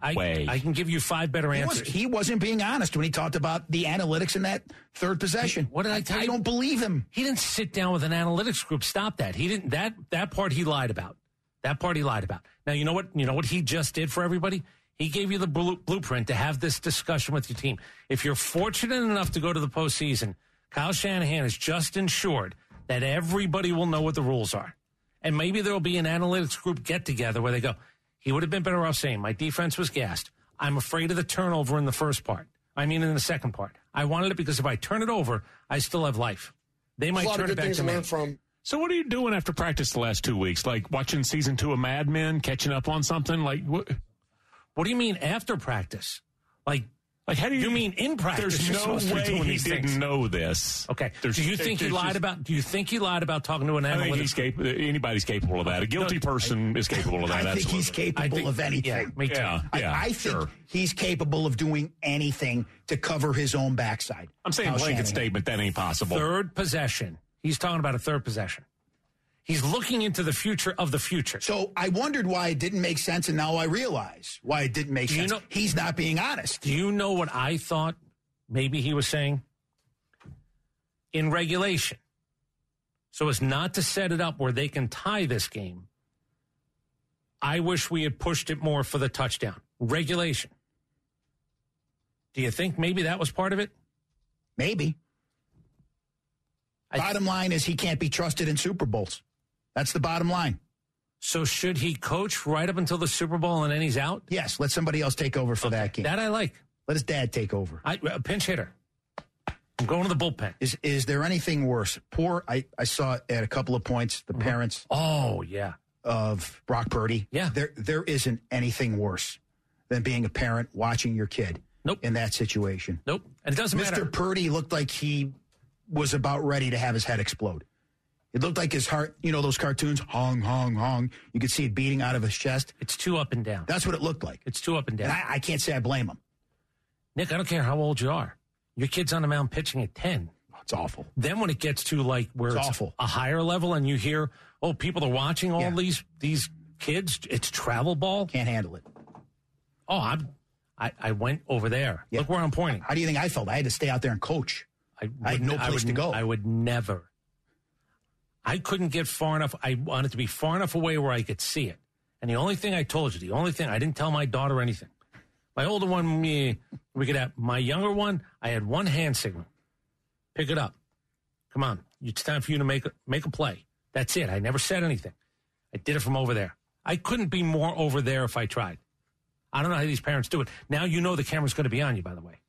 S2: I,
S11: way.
S2: I can give you five better
S1: He, was,
S2: answers.
S1: he wasn't being honest when he talked about the analytics in that third possession.
S2: What did I tell
S1: I
S2: you?
S1: don't believe him.
S2: He didn't sit down with an analytics group. Stop that. He didn't. That that part he lied about. That part he lied about. Now you know what you know what he just did for everybody. He gave you the blu- blueprint to have this discussion with your team. If you're fortunate enough to go to the postseason, Kyle Shanahan has just ensured that everybody will know what the rules are, and maybe there will be an analytics group get together where they go, "He would have been better off saying my defense was gassed. I'm afraid of the turnover in the first part. I mean, in the second part. I wanted it because if I turn it over, I still have life." They might
S12: There's a lot
S2: turn it
S12: of good
S2: back
S12: things
S2: to
S12: to
S2: me.
S12: learn from.
S11: So what are you doing after practice the last two weeks? Like watching season two of Mad Men, catching up on something? Like what?
S2: What do you mean after practice? Like,
S11: like how do you?
S2: You mean in practice?
S11: There's
S2: You're
S11: no
S2: supposed to be
S11: way
S2: doing
S11: he
S2: these
S11: didn't
S2: things.
S11: know this.
S2: Okay.
S11: There's,
S2: do you think he
S11: there's
S2: lied
S11: just-
S2: about? Do you think he lied about talking to an
S11: I think
S2: analytics?
S11: he's capable. Anybody's capable of that. A guilty person is capable of that.
S1: I think he's
S11: absolutely.
S1: capable of anything.
S11: me too. Yeah,
S1: I,
S11: yeah,
S1: I think
S11: sure.
S1: he's capable of doing anything to cover his own backside.
S11: I'm saying
S1: Kyle
S11: blanket
S1: Shanahan.
S11: statement. That ain't possible.
S2: third possession. He's talking about a third possession. He's looking into the future of the future.
S1: So I wondered why it didn't make sense, and now I realize why it didn't make
S2: Do you
S1: sense.
S2: know-
S1: he's not being honest.
S2: Do you know what I thought? Maybe he was saying in regulation, so as not to set it up where they can tie this game. I wish we had pushed it more for the touchdown regulation. Do you think maybe that was part of it?
S1: Maybe.
S2: I-
S1: bottom line is he can't be trusted in Super Bowls. That's the bottom line.
S2: So should he coach right up until the Super Bowl and then he's out?
S1: Yes, let somebody else take over for that game.
S2: That I like.
S1: let his dad take over.
S2: I, a pinch hitter. I'm going to the bullpen.
S1: Is is there anything worse? Poor. I I saw at a couple of points
S11: Uh-huh.
S1: the parents
S2: Oh yeah,
S1: of Brock Purdy.
S2: Yeah.
S1: There there isn't anything worse than being a parent watching your kid.
S2: Nope.
S1: In that situation.
S2: nope. And it doesn't matter.
S1: Mr. Purdy looked like he was about ready to have his head explode. It looked like his heart, you know, those cartoons, hong, hong, hong. You could see it beating out of his chest.
S2: It's two up and down.
S1: That's what it looked like.
S2: It's two up and down.
S1: And I, I can't say I blame him.
S2: Nick, I don't care how old you are. Your kid's on the mound pitching at ten.
S1: It's awful.
S2: Then when it gets to like where
S1: It's
S2: it's,
S1: awful.
S2: a higher level, and you hear, oh, people are watching all these these kids. It's travel ball.
S1: Can't handle it.
S2: Oh, I'm, I I went over there.
S1: Yeah.
S2: Look where I'm pointing.
S1: How do you think I felt? I had to stay out there and coach.
S2: I,
S1: I had
S2: would-
S1: no place
S2: would-
S1: to go.
S2: I would never. I couldn't get far enough. I wanted to be far enough away where I could see it. And the only thing I told you, the only thing I didn't tell my daughter anything. My older one, me, we could have my younger one. I had one hand signal. Pick it up. Come on, it's time for you to make a, make a play. That's it. I never said anything. I did it from over there. I couldn't be more over there if I tried. I don't know how these parents do it. Now you know the camera's going to be on you. By the way,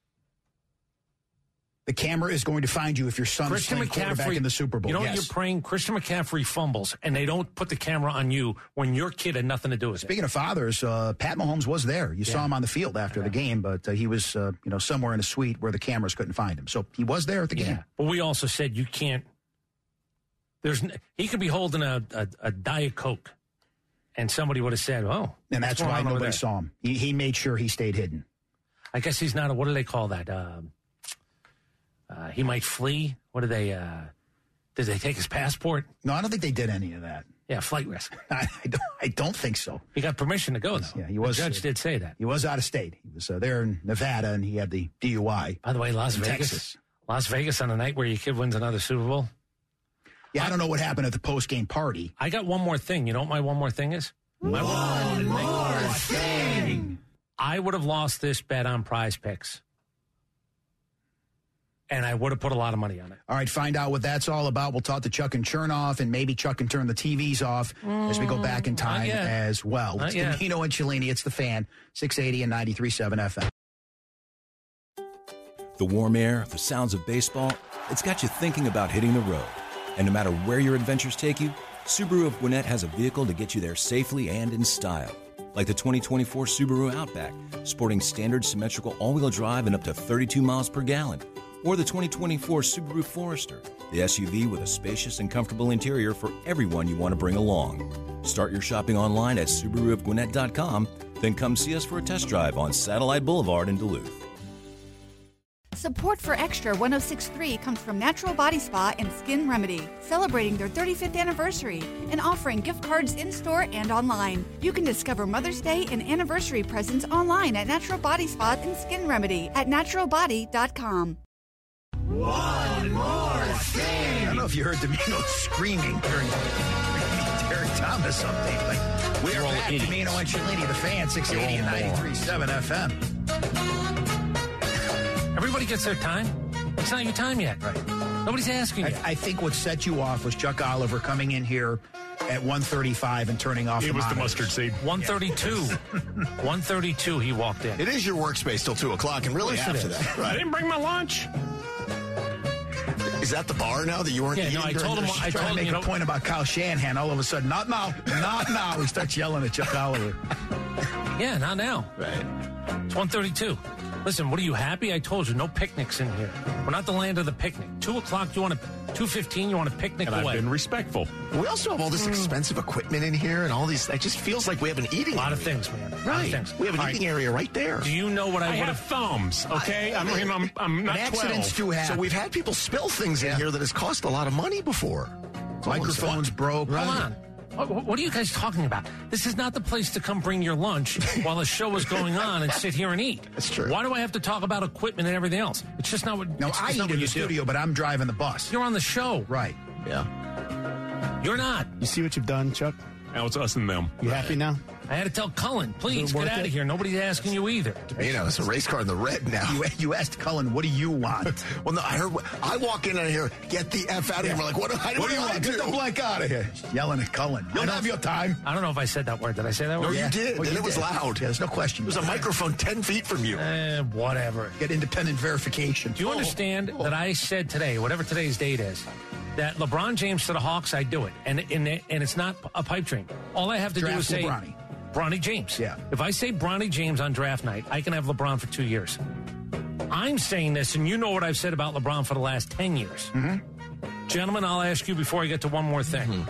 S1: The camera is going to find you if your son is
S2: Christian
S1: playing quarterback
S2: McCaffrey
S1: in the Super Bowl.
S2: You know what
S1: Yes.
S2: you're praying? Christian McCaffrey fumbles, and they don't put the camera on you when your kid had nothing to do with it.
S1: Speaking of fathers, uh, Pat Mahomes was there. You saw him on the field after the game, but uh, he was, uh, you know, somewhere in a suite where the cameras couldn't find him. So he was there at the game.
S2: But we also said you can't. There's n- he could be holding a, a, a diet coke, and somebody would have said, "Oh,
S1: And
S2: what's
S1: that's
S2: going
S1: why
S2: on over
S1: nobody
S2: there?"
S1: saw him. He, he made sure he stayed hidden.
S2: I guess he's not. A, what do they call that? Um, uh, he might flee. What do they? Uh, did they take his passport?
S1: No, I don't think they did any of that. [laughs]
S2: Yeah, flight risk.
S1: I, I, don't, I don't think so.
S2: He got permission to go though.
S1: Yeah, he was-
S2: The judge did say that.
S1: He was out of state. He was uh, there in Nevada, and he had the DUI.
S2: By the way, Las
S1: In
S2: Vegas,
S1: Texas.
S2: Las Vegas on the night where your kid wins another Super Bowl.
S1: Yeah, I don't know what happened at the post game party.
S2: I got one more thing. You know what my one more thing is? My one more thing. I would have lost this bet on prize picks. And I would have put a lot of money on it.
S1: All right, find out what that's all about. We'll talk to Chuck and Chernoff, and maybe Chuck can turn the TVs off as we go back in time
S2: Mm, yet.
S1: as well.
S2: Not
S1: it's
S2: yet.
S1: Camino and Cellini. It's the fan, 680 and 93.7 FM.
S5: The warm air, the sounds of baseball, it's got you thinking about hitting the road. And no matter where your adventures take you, Subaru of Gwinnett has a vehicle to get you there safely and in style. like the 2024 Subaru Outback, sporting standard symmetrical all wheel drive and up to 32 miles per gallon, or the 2024 Subaru Forester, the SUV with a spacious and comfortable interior for everyone you want to bring along. Start your shopping online at SubaruofGwinnett.com, then come see us for a test drive on Satellite Boulevard in Duluth.
S12: Support for Extra 1063 comes from Natural Body Spa and Skin Remedy, celebrating their 35th anniversary and offering gift cards in store and online. You can discover Mother's Day and anniversary presents online at Natural Body Spa and Skin Remedy at naturalbody.com.
S1: One more thing. I don't know if you heard Domino screaming during Derek Thomas update, but we are
S13: We're all
S1: back.
S13: idiots.
S1: Domino and Cellini, the fan, 680 and 93.7 FM.
S2: Everybody gets their time. It's not your time yet.
S1: Right.
S2: Nobody's asking
S1: I, I think what set you off was Chuck Oliver coming in here at 135 and turning off the monitors.
S11: seed.
S2: [laughs] 132. 132, he walked in.
S14: It is your workspace till 2 o'clock, and really
S2: Yes, it
S14: after
S2: is.
S14: that, right?
S11: didn't bring my lunch.
S14: Is that the bar now that you weren't
S1: Yeah,
S14: eating
S1: no, I
S14: during
S1: told him.
S14: your-
S1: I told him. Make a point about Kyle Shanahan. All of a sudden, not now, not now. He starts yelling at Chuck [laughs] Oliver.
S2: Yeah, not now. Right. It's 132. Listen, what are you happy? I told you, no picnics in here. We're not the land of the picnic. Two o'clock, you want to, two fifteen, you want to picnic
S11: And I've
S2: away.
S11: been respectful.
S14: We also have all this expensive equipment in here and all these. It just feels like we have an eating A lot
S2: of things, man.
S14: Right.
S11: things.
S14: We have an
S11: All right.
S14: eating area right there.
S2: Do you know what
S11: I have thumbs, okay? I'm, I'm, I'm not 12.
S14: So we've had people spill things in here that has cost a lot of money before.
S1: Microphones broke.
S2: Hold on. What, what are you guys talking about? This is not the place to come bring your lunch while the show is going on and sit here and eat. That's true. Why do I have to talk about equipment and everything else? It's just not what.
S1: No,
S2: it's,
S1: I
S2: it's
S1: eat
S2: not what
S1: in the
S2: you do.
S1: studio, but I'm driving the bus.
S2: You're on the show,
S1: right?
S14: Yeah.
S2: You're not.
S4: You see what you've done, Chuck?
S11: Now it's us and them.
S4: You happy now?
S2: I had to tell Cullen, please
S4: worth
S2: get out
S4: it?
S2: of here. Nobody's asking you either.
S14: You know, it's a race car in the red now.
S1: You, you asked Cullen, what do you want?
S14: [laughs] well, no, I heard. I walk in and I hear, get the F out of here. We're like, what, do I- what do you want? Get the blank out of here.
S1: Yelling at Cullen. You'll have your time.
S2: I don't know if I said that word. Did I say that
S14: No,
S2: word?
S14: you did.
S1: Oh,
S14: and
S1: you
S14: it was
S1: did.
S14: loud.
S1: Yeah, there's no question.
S14: There's a microphone 10 feet from you.
S2: Eh, whatever.
S1: Get independent verification.
S14: Oh.
S1: Oh.
S2: Do you understand that I said today, whatever today's date is, that LeBron James to the Hawks, I do it, and and and it's not a pipe dream. All I have to do
S1: Draft
S2: is say
S1: Bronny.
S2: Bronny James.
S1: Yeah.
S2: If I say Bronny James on draft night, I can have LeBron for two years. I'm saying this, and you know what I've said about LeBron for the last ten years. Gentlemen, I'll ask you before I get to one more thing.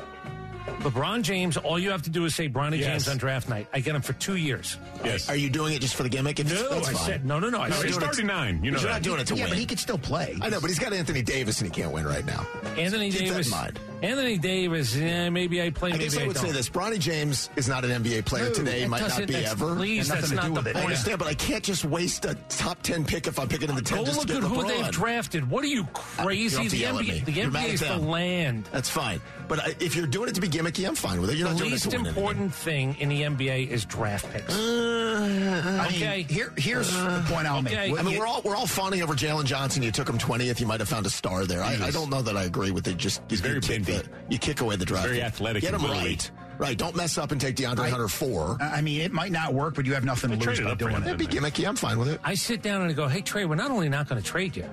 S2: LeBron James, all you have to do is say Bronny
S11: Yes.
S2: James on draft night. I get him for two years.
S11: Yes.
S14: Are you doing it just for the gimmick? If
S2: No,
S14: that's
S2: I
S14: fine.
S2: said no, no, no. I
S11: No,
S2: said
S11: he's 39. You know
S14: But you're
S11: that.
S14: not doing it to
S1: yeah,
S14: win.
S1: but he could still play.
S14: I know, but he's got Anthony Davis and he can't win right now.
S2: Anthony
S14: Keep that in
S2: Davis.
S14: mind.
S2: Anthony Davis. Yeah, maybe I play.
S14: I
S2: maybe
S14: guess I would
S2: don't.
S14: say this: Bronny James is not an NBA player today.
S2: That
S14: Might not
S2: doesn't-
S14: be
S2: that's-
S14: ever.
S2: Please,
S1: Had
S2: that's
S1: nothing to
S2: not
S1: do
S2: the
S1: with it.
S14: I
S2: point.
S14: understand, but I can't just waste a top ten pick if I'm picking in the
S2: Go
S14: ten just
S2: look
S14: to get
S2: at who they've
S14: LeBron.
S2: drafted. What are you
S14: You don't
S2: crazy?
S14: have to
S2: The
S14: yell at me.
S2: NBA, the
S14: You're mad
S2: NBA
S14: at
S2: is the
S14: them.
S2: land.
S14: That's fine, but I, if you're doing it to be gimmicky, I'm fine with it. You're
S2: The
S14: not doing it
S2: least
S14: to win anything.
S2: important thing in the NBA is draft picks.
S14: Uh,
S1: I mean,
S2: Okay. Uh,
S1: here, here's the point I'll
S2: Okay.
S1: make.
S14: I mean, we're all we're all fawning over Jalen Johnson. You took him twentieth. You might have found a star there. I, I don't know that I agree with it. Just you
S11: very bendy.
S14: kick the, You kick away the draft.
S11: very
S14: pick.
S11: athletic
S14: Get
S11: and
S14: him
S11: little.
S14: right. Right. Don't mess up and take DeAndre Hunter four.
S1: I I mean, it might not work, but you have nothing to
S11: They
S1: lose
S11: traded
S1: by
S11: up for
S1: doing
S11: him.
S1: it.
S14: That'd be gimmicky. I'm fine with
S1: [laughs]
S14: it.
S2: I sit down and I go, hey, Trey, we're not only not going to trade you,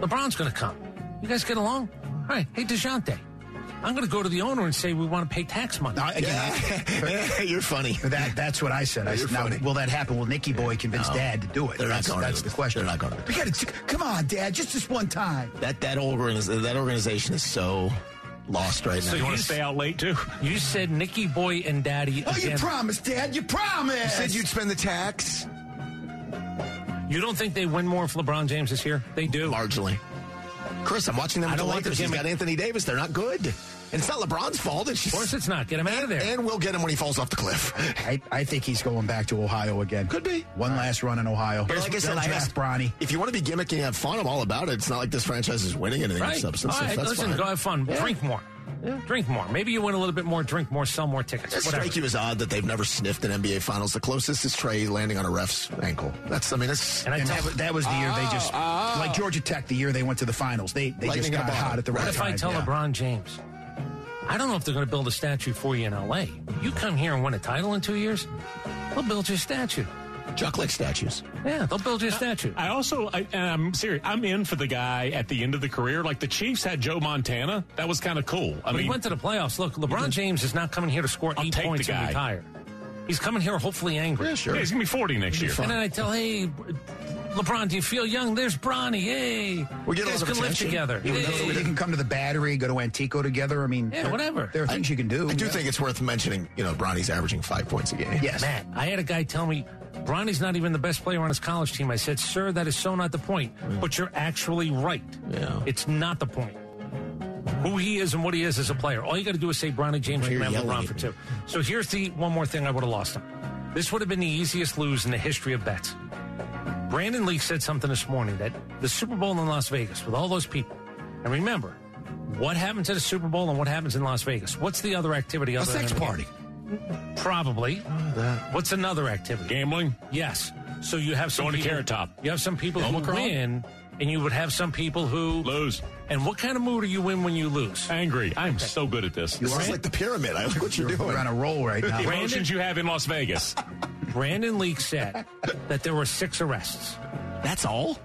S2: LeBron's going to come. You guys get along? All right. Hey, DeJounte, I'm going to go to the owner and say we want to pay tax money.
S1: Now, again,
S14: Yeah. [laughs] you're funny.
S1: That that's what I said. I
S14: You're
S1: said, now,
S14: funny.
S1: will that happen? Will Nicky Boy convince Dad to do it?
S14: They're not
S1: that's
S14: going to
S1: that's
S14: do
S1: the
S14: it.
S1: question.
S14: They're not going to do
S1: We got to come on, Dad, just this one time.
S14: That that organiz- that organization is so lost right now.
S11: You want
S2: You
S11: to stay out late too?
S2: You said Nicky Boy and Daddy.
S1: Oh, you
S2: again.
S1: promised, Dad. You
S14: You
S1: promised.
S14: said you'd spend the tax
S2: you don't think they win more if LeBron James is here? They do.
S14: marginally. Chris, I'm watching them.
S2: I
S14: with
S2: don't
S14: the
S2: want the
S14: Lakers. He's
S2: gimmick.
S14: got Anthony Davis. They're not good, and it's not LeBron's fault. It's
S2: Of course,
S14: just
S2: it's not. Get him out of there.
S14: and we'll get him when he falls off the cliff.
S1: I, I think he's going back to Ohio again.
S14: Could be.
S1: One last run in Ohio.
S14: But like I said,
S1: They'll
S14: I
S1: draft
S14: asked
S1: Bronny.
S14: If you want to be gimmicky and have fun, I'm all about it. It's not like this franchise is winning anything
S2: Right.
S14: of substance.
S2: All right,
S14: That's
S2: listen,
S14: fine.
S2: go have fun. Drink more. Drink more. Maybe you win a little bit more, drink more, sell more tickets.
S14: Does it
S2: Whatever.
S14: strike you as odd that they've never sniffed an NBA Finals? The closest is Trey landing on a ref's ankle. That's, I mean, that's
S2: And I
S1: And
S2: tell
S1: that, was- that was the year they just, like Georgia Tech, the year they went to the finals. They they
S14: Ah, Lightning
S1: just
S14: in a
S1: got
S14: bottle.
S1: hot at the right
S2: What if
S1: time.
S2: I tell
S1: yeah.
S2: LeBron James, I don't know if they're going to build a statue for you in LA. You come here and win a title in two years, they'll build you a statue.
S14: Chuck like statues.
S2: Yeah, they'll build you a statue.
S11: I also, I, and I'm serious. I'm in for the guy at the end of the career. Like the Chiefs had Joe Montana. That was kind of cool.
S2: But
S11: I
S2: he
S11: mean,
S2: went to the playoffs. Look, LeBron James is not coming here to score
S11: I'll
S2: eight
S11: take the
S2: points and
S11: guy.
S2: retire. He's coming here hopefully angry.
S11: Yeah, sure. Yeah, he's gonna be 40 next year.
S2: And then I tell, hey, LeBron, do you feel young? There's Bronny. Hey,
S1: We get
S2: you
S1: a
S2: guys
S1: lot
S2: can
S1: of
S2: live
S1: attention.
S2: together.
S1: You,
S2: Hey.
S1: know, you can come to the battery, go to Antico together. I mean,
S2: Yeah,
S1: there-
S2: whatever.
S1: There are things you can do.
S14: I do
S1: yeah.
S14: think it's worth mentioning, you know, Bronny's averaging five points a game.
S1: Yes.
S2: Matt, I had a guy tell me Bronny's not even the best player on his college team. I said, sir, that is so not the point. But you're actually right. Yeah. It's not the point. Who he is and what he is as a player. All you got to do is say Bronny James and
S14: You're
S2: Matt
S14: yelling
S2: LeBron
S14: at
S2: for two. So here's the one more thing I would have lost on. This would have been the easiest lose in the history of bets. Brandon Leake said something this morning that the Super Bowl in Las Vegas with all those people. And remember, what happens at a Super Bowl and what happens in Las Vegas? What's the other activity?
S1: A
S2: other
S1: sex
S2: than-
S1: party.
S2: Probably. What's another activity?
S11: Gambling?
S2: Yes. So you have some
S11: Going to
S2: people,
S11: Carrot Top.
S2: You have some people who
S11: Omicron?
S2: win, and you would have some people who
S11: lose.
S2: And what kind of mood are you in when you lose?
S11: Angry. I'm so good at this.
S14: This is like the pyramid. I like what you're, doing.
S1: We're on a roll right
S11: The
S1: [laughs] now.
S11: emotions you have in Las Vegas.
S2: [laughs] Brandon Leake said that there were six arrests.
S13: That's all?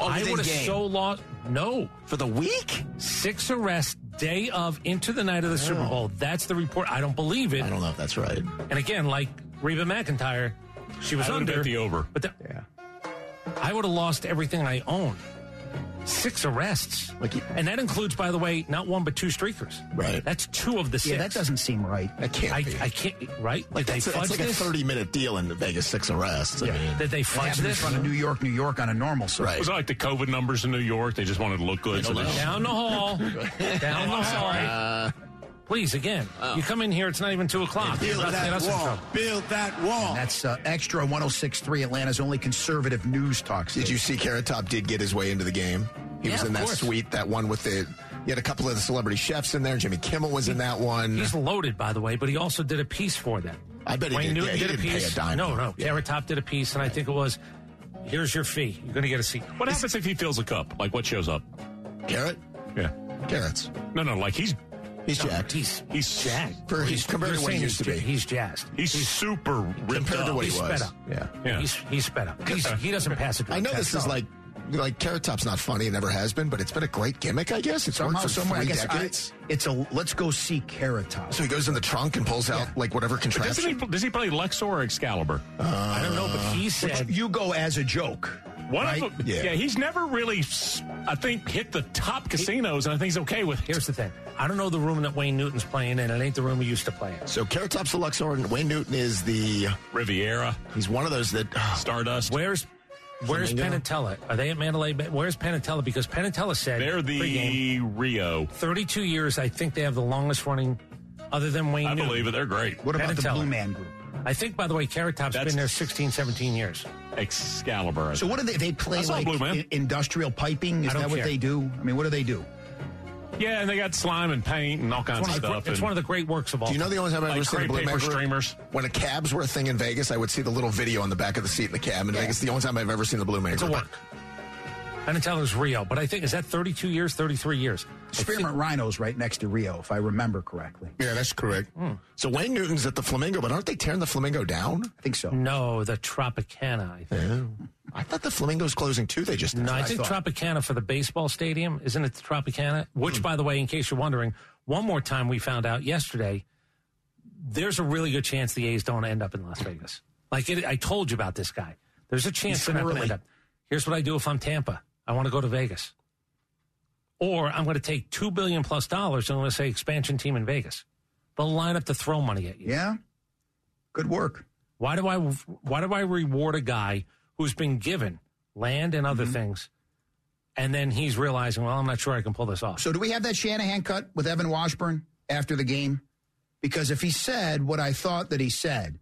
S2: I would have so lost. No,
S13: For the week?
S2: six arrests day of into the night of the Super Bowl. That's the report. I don't believe it.
S14: I don't know if that's right.
S2: And again, like Reba McIntyre, she was
S11: I would
S2: under
S11: bet the over.
S2: But the, I would have lost everything I own. Six arrests, and that includes, by the way, not one but two streakers.
S14: Right.
S2: That's two of the six.
S1: Yeah, that doesn't seem right.
S14: That can't
S2: I,
S14: be.
S2: I can't. Right?
S14: like
S2: Did they
S14: that's, that's
S2: fudge
S14: like
S2: this?
S14: a 30 minute deal in Vegas, six arrests. I mean,
S2: Did they
S1: It
S2: fudge
S1: happened in
S2: this?
S1: front of New York, New York on a normal surface.
S14: Right.
S11: Was it like the COVID numbers in New York? They just wanted to look good. So they
S2: [laughs]
S11: just-
S2: Down the hall. Down the hall. Uh, Please, again, you come in here. It's not even two o'clock. You're
S3: Build
S2: about to get
S3: that
S2: us in
S3: wall.
S2: trouble.
S3: Build that wall.
S1: That's uh, Extra 1063, Atlanta's only conservative news talk
S14: Did
S1: station.
S14: you see Carrot Top did get his way into the game? He
S2: Yeah,
S14: was in
S2: of
S14: that
S2: course.
S14: suite, that one with the. You had a couple of the celebrity chefs in there. Jimmy Kimmel was in that one.
S2: He's loaded, by the way, but he also did a piece for them.
S14: I bet he
S2: Wayne
S14: did.
S2: Newton
S14: Yeah, he
S2: did
S14: didn't
S2: a
S14: pay
S2: piece.
S14: a dime
S2: no,
S14: for it.
S2: no. Carrot Top did a piece, and I think it was, here's your fee. You're going to get a seat.
S11: What happens if he fills a cup? Like what shows up?
S14: Carrot?
S11: Yeah.
S14: Carrots.
S11: No, no. Like he's
S14: He's jacked.
S2: He's
S11: he's
S2: jazzed.
S14: For- he's compared
S2: you're
S14: to what he
S2: saying
S14: used to
S2: he's
S14: be.
S2: ja- He's jazzed.
S11: he's super ripped
S14: Compared to
S11: up.
S14: what he
S2: He's
S14: was.
S2: sped up.
S14: Yeah.
S11: Yeah.
S2: He's, he's sped up. He's, he doesn't pass it.
S14: I know this is like. Like Carrot Top's not funny, it never has been, but it's been a great gimmick, I guess. It's
S1: Somehow,
S14: worked for
S1: somewhere, I
S14: three
S1: guess I-
S14: decades.
S1: it's a let's go see Carrot Top.
S14: so he goes in the trunk and pulls out like whatever
S11: Doesn't he,
S14: contraption.
S11: does he play Lexor or Excalibur?
S2: I don't know, but
S14: uh,
S2: he
S1: Which
S2: said
S1: you go as a joke.
S11: One
S1: right?
S11: of them,
S14: Yeah.
S11: yeah. he's never really, s- I think, hit the top casinos, and I think he's okay with it.
S2: Here's the thing. I don't know the room that Wayne Newton's playing in. It ain't the room he used to play in.
S14: So Carrot Top's the Luxor, and Wayne Newton is the.
S11: Riviera,
S14: He's one of those that. uh,
S11: Stardust.
S2: Where's Where's
S14: Flamingo?
S2: Penatella? Are they at Mandalay Bay? Where's Penatella? Because Penatella said
S11: They're
S2: pregame,
S11: the Rio.
S2: 32 years. I think they have the longest running, other than Wayne.
S11: I
S2: Newton.
S11: believe it. They're great.
S1: What about the
S2: Penn and
S1: Blue
S2: Teller.
S1: Man Group?
S2: I think, by the way, Carrot Top's
S11: That's-
S2: been there 16, 17 years.
S11: Excalibur. I
S1: So what do they? They play
S11: That's not
S1: like
S11: Blue Man.
S1: in- industrial piping. Is
S2: I don't
S1: that what
S2: care.
S1: they do? I mean, what do they do?
S11: Yeah, and they got slime and paint and all kinds
S2: It's
S11: of
S2: one, of the,
S11: stuff.
S2: it's
S11: and
S2: one of the great works of all.
S14: Do you know the only time I
S11: Like
S14: ever seen a
S11: crepe
S14: blue
S11: paper
S14: man group?
S11: streamers?
S14: When the cabs were a thing in Vegas, I would see the little video on the back of the seat in the cab in Vegas. The only time I've ever seen the blue man
S2: it's a
S14: group.
S2: work. Penatella's Rio, but I think is that 32 years, 33 years.
S1: Spearmint Rhinos right next to Rio, if I remember correctly.
S14: Yeah, that's correct.
S11: Hmm.
S14: So Wayne Newton's at the Flamingo, but aren't they tearing the Flamingo down?
S1: I think so.
S2: No, the Tropicana. I think.
S14: I thought the Flamingo's closing too. They just
S2: No, I think Tropicana for the baseball stadium, isn't it the Tropicana? Which, by the way, in case you're wondering, one more time we found out yesterday, there's a really good chance the A's don't end up in Las Vegas. Like it, I told you about this guy. There's a chance they're not going to end up. Here's what I do if I'm Tampa. I want to go to Vegas, or I'm going to take two billion plus dollars and I'm going to say expansion team in Vegas. They'll line up to throw money at you.
S1: Yeah, good work.
S2: Why do I why do I reward a guy who's been given land and other things, and then he's realizing, well, I'm not sure I can pull this off.
S1: So do we have that Shanahan cut with Evan Washburn after the game? Because if he said what I thought that he said,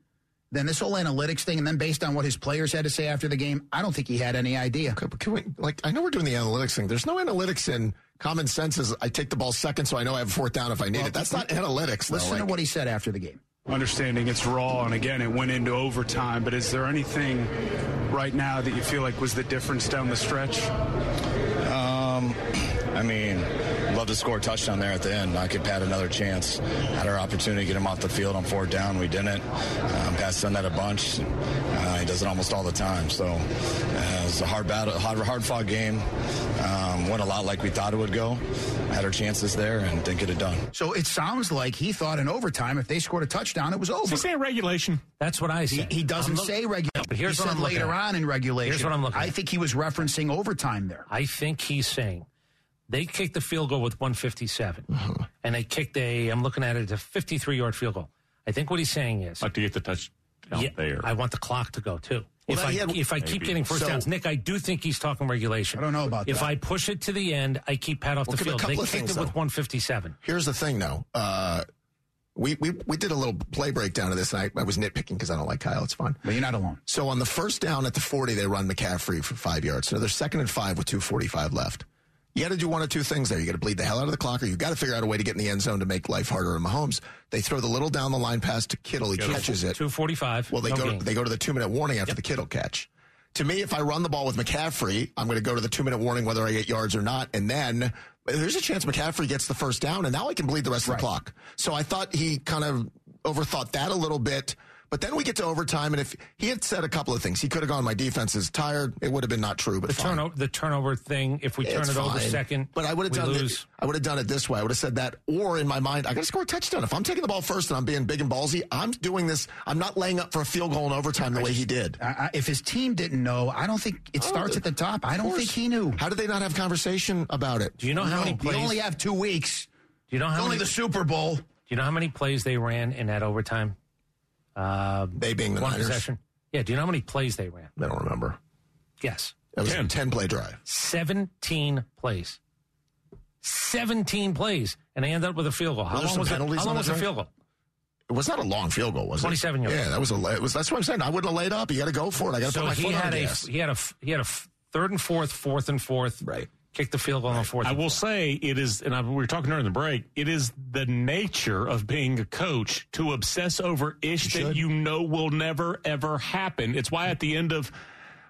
S1: then this whole analytics thing, and then based on what his players had to say after the game, I don't think he had any idea.
S14: Okay, but can we, like, I know we're doing the analytics thing. There's no analytics in common sense. Is I take the ball second, so I know I have a fourth down if I need it. That's not analytics. Though.
S1: Listen to
S14: like-
S1: what he said after the game.
S15: Understanding it's raw, and again, it went into overtime. But is there anything right now that you feel like was the difference down the stretch?
S16: Um, I mean, Love to score a touchdown there at the end. I could pat another chance. Had our opportunity to get him off the field on fourth down. We didn't. Um, Pat's done that a bunch. Uh, he does it almost all the time. So uh, it was a hard battle, hard, hard fought game. Um, went a lot like we thought it would go. Had our chances there and didn't get it done.
S1: So it sounds like he thought in overtime, if they scored a touchdown, it was over.
S11: Is he saying regulation?
S2: That's what I said.
S1: He, he doesn't
S2: I'm look-
S1: say regulation.
S2: No, but here's
S1: he
S2: what
S1: said
S2: I'm looking
S1: later
S2: at.
S1: on in regulation.
S2: Here's what I'm looking
S1: I
S2: at.
S1: think he was referencing overtime there.
S2: I think he's saying they kicked the field goal with 157, and they kicked a. I'm looking at it a 53 yard field goal. I think what he's saying is
S11: like to get the touchdown there.
S2: I want the clock to go too.
S11: Well,
S2: if
S11: that-
S2: I
S11: he had-
S2: if I keep
S11: Maybe.
S2: getting first
S11: So-
S2: downs, Nick, I do think he's talking regulation. I don't know about if
S14: that.
S2: I push it to the end, I keep Pat off
S14: Well,
S2: the
S14: give me
S2: field.
S14: a
S2: They
S14: couple
S2: kicked
S14: of
S2: it
S14: things,
S2: with
S14: though.
S2: 157.
S14: Here's the thing, though. Uh, we, we we did a little play breakdown of this, and I, I was nitpicking because I don't like Kyle. It's fine.
S1: But you're not alone.
S14: So on the first down at the 40, they run McCaffrey for five yards. So they're second and five with 245 left. You got to do one of two things there. You got to bleed the hell out of the clock, or you got to figure out a way to get in the end zone to make life harder on Mahomes. They throw the little down the line pass to Kittle. He catches it.
S2: 245.
S14: Well, they
S2: No
S14: go
S2: gain.
S14: they go to the two minute warning after the Kittle catch. To me, if I run the ball with McCaffrey, I'm going to go to the two minute warning whether I get yards or not, and then there's a chance McCaffrey gets the first down, and now I can bleed the rest of the clock. So I thought he kind of overthought that a little bit. But then we get to overtime, and if he had said a couple of things, he could have gone, "My defense is tired." It would have been not true, but
S2: the
S14: fine.
S2: turnover the turnover thing. If we turn
S14: It's
S2: it over
S14: fine.
S2: second,
S14: But I would have
S2: we
S14: done
S2: lose.
S14: it. I would have done it this way. I would have said that, or in my mind, I got to score a touchdown. If I'm taking the ball first and I'm being big and ballsy, I'm doing this. I'm not laying up for a field goal in overtime the way he did.
S1: I, I, if his team didn't know, I don't think
S2: Oh,
S1: it starts at the top. I don't think he knew.
S14: How did they not have conversation about it?
S2: Do you know how many plays?
S1: You only have two weeks.
S2: Do you know how
S1: It's only
S2: many,
S1: the Super Bowl.
S2: Do you know how many plays they ran in that overtime? Uh,
S14: They being the
S2: one
S14: Niners.
S2: possession. Yeah. Do you know how many plays they ran?
S14: I don't remember.
S2: Yes,
S14: That was a ten play drive.
S2: seventeen plays. Seventeen plays, and they ended up with a field goal. How
S14: Were there
S2: long
S14: some
S2: was it? How
S14: penalties on
S2: long
S14: the
S2: was the
S14: drive?
S2: field goal?
S14: It was not a long field goal, was it?
S2: 27 yards.
S14: Yeah, that was a. It was that's what I'm saying. I wouldn't have laid up. You got to go for it. I got to
S2: so
S14: put my
S2: he
S14: foot on
S2: had
S14: the
S2: a
S14: gas.
S2: he had a f- he had a f- third and fourth, fourth and fourth.
S14: Right.
S2: Kicked the field goal on the fourth.
S11: I
S2: and
S11: will
S2: fourth.
S11: say it is, and I, we were talking during the break. It is the nature of being a coach to obsess over ish that you know will never ever happen. It's why at the end of,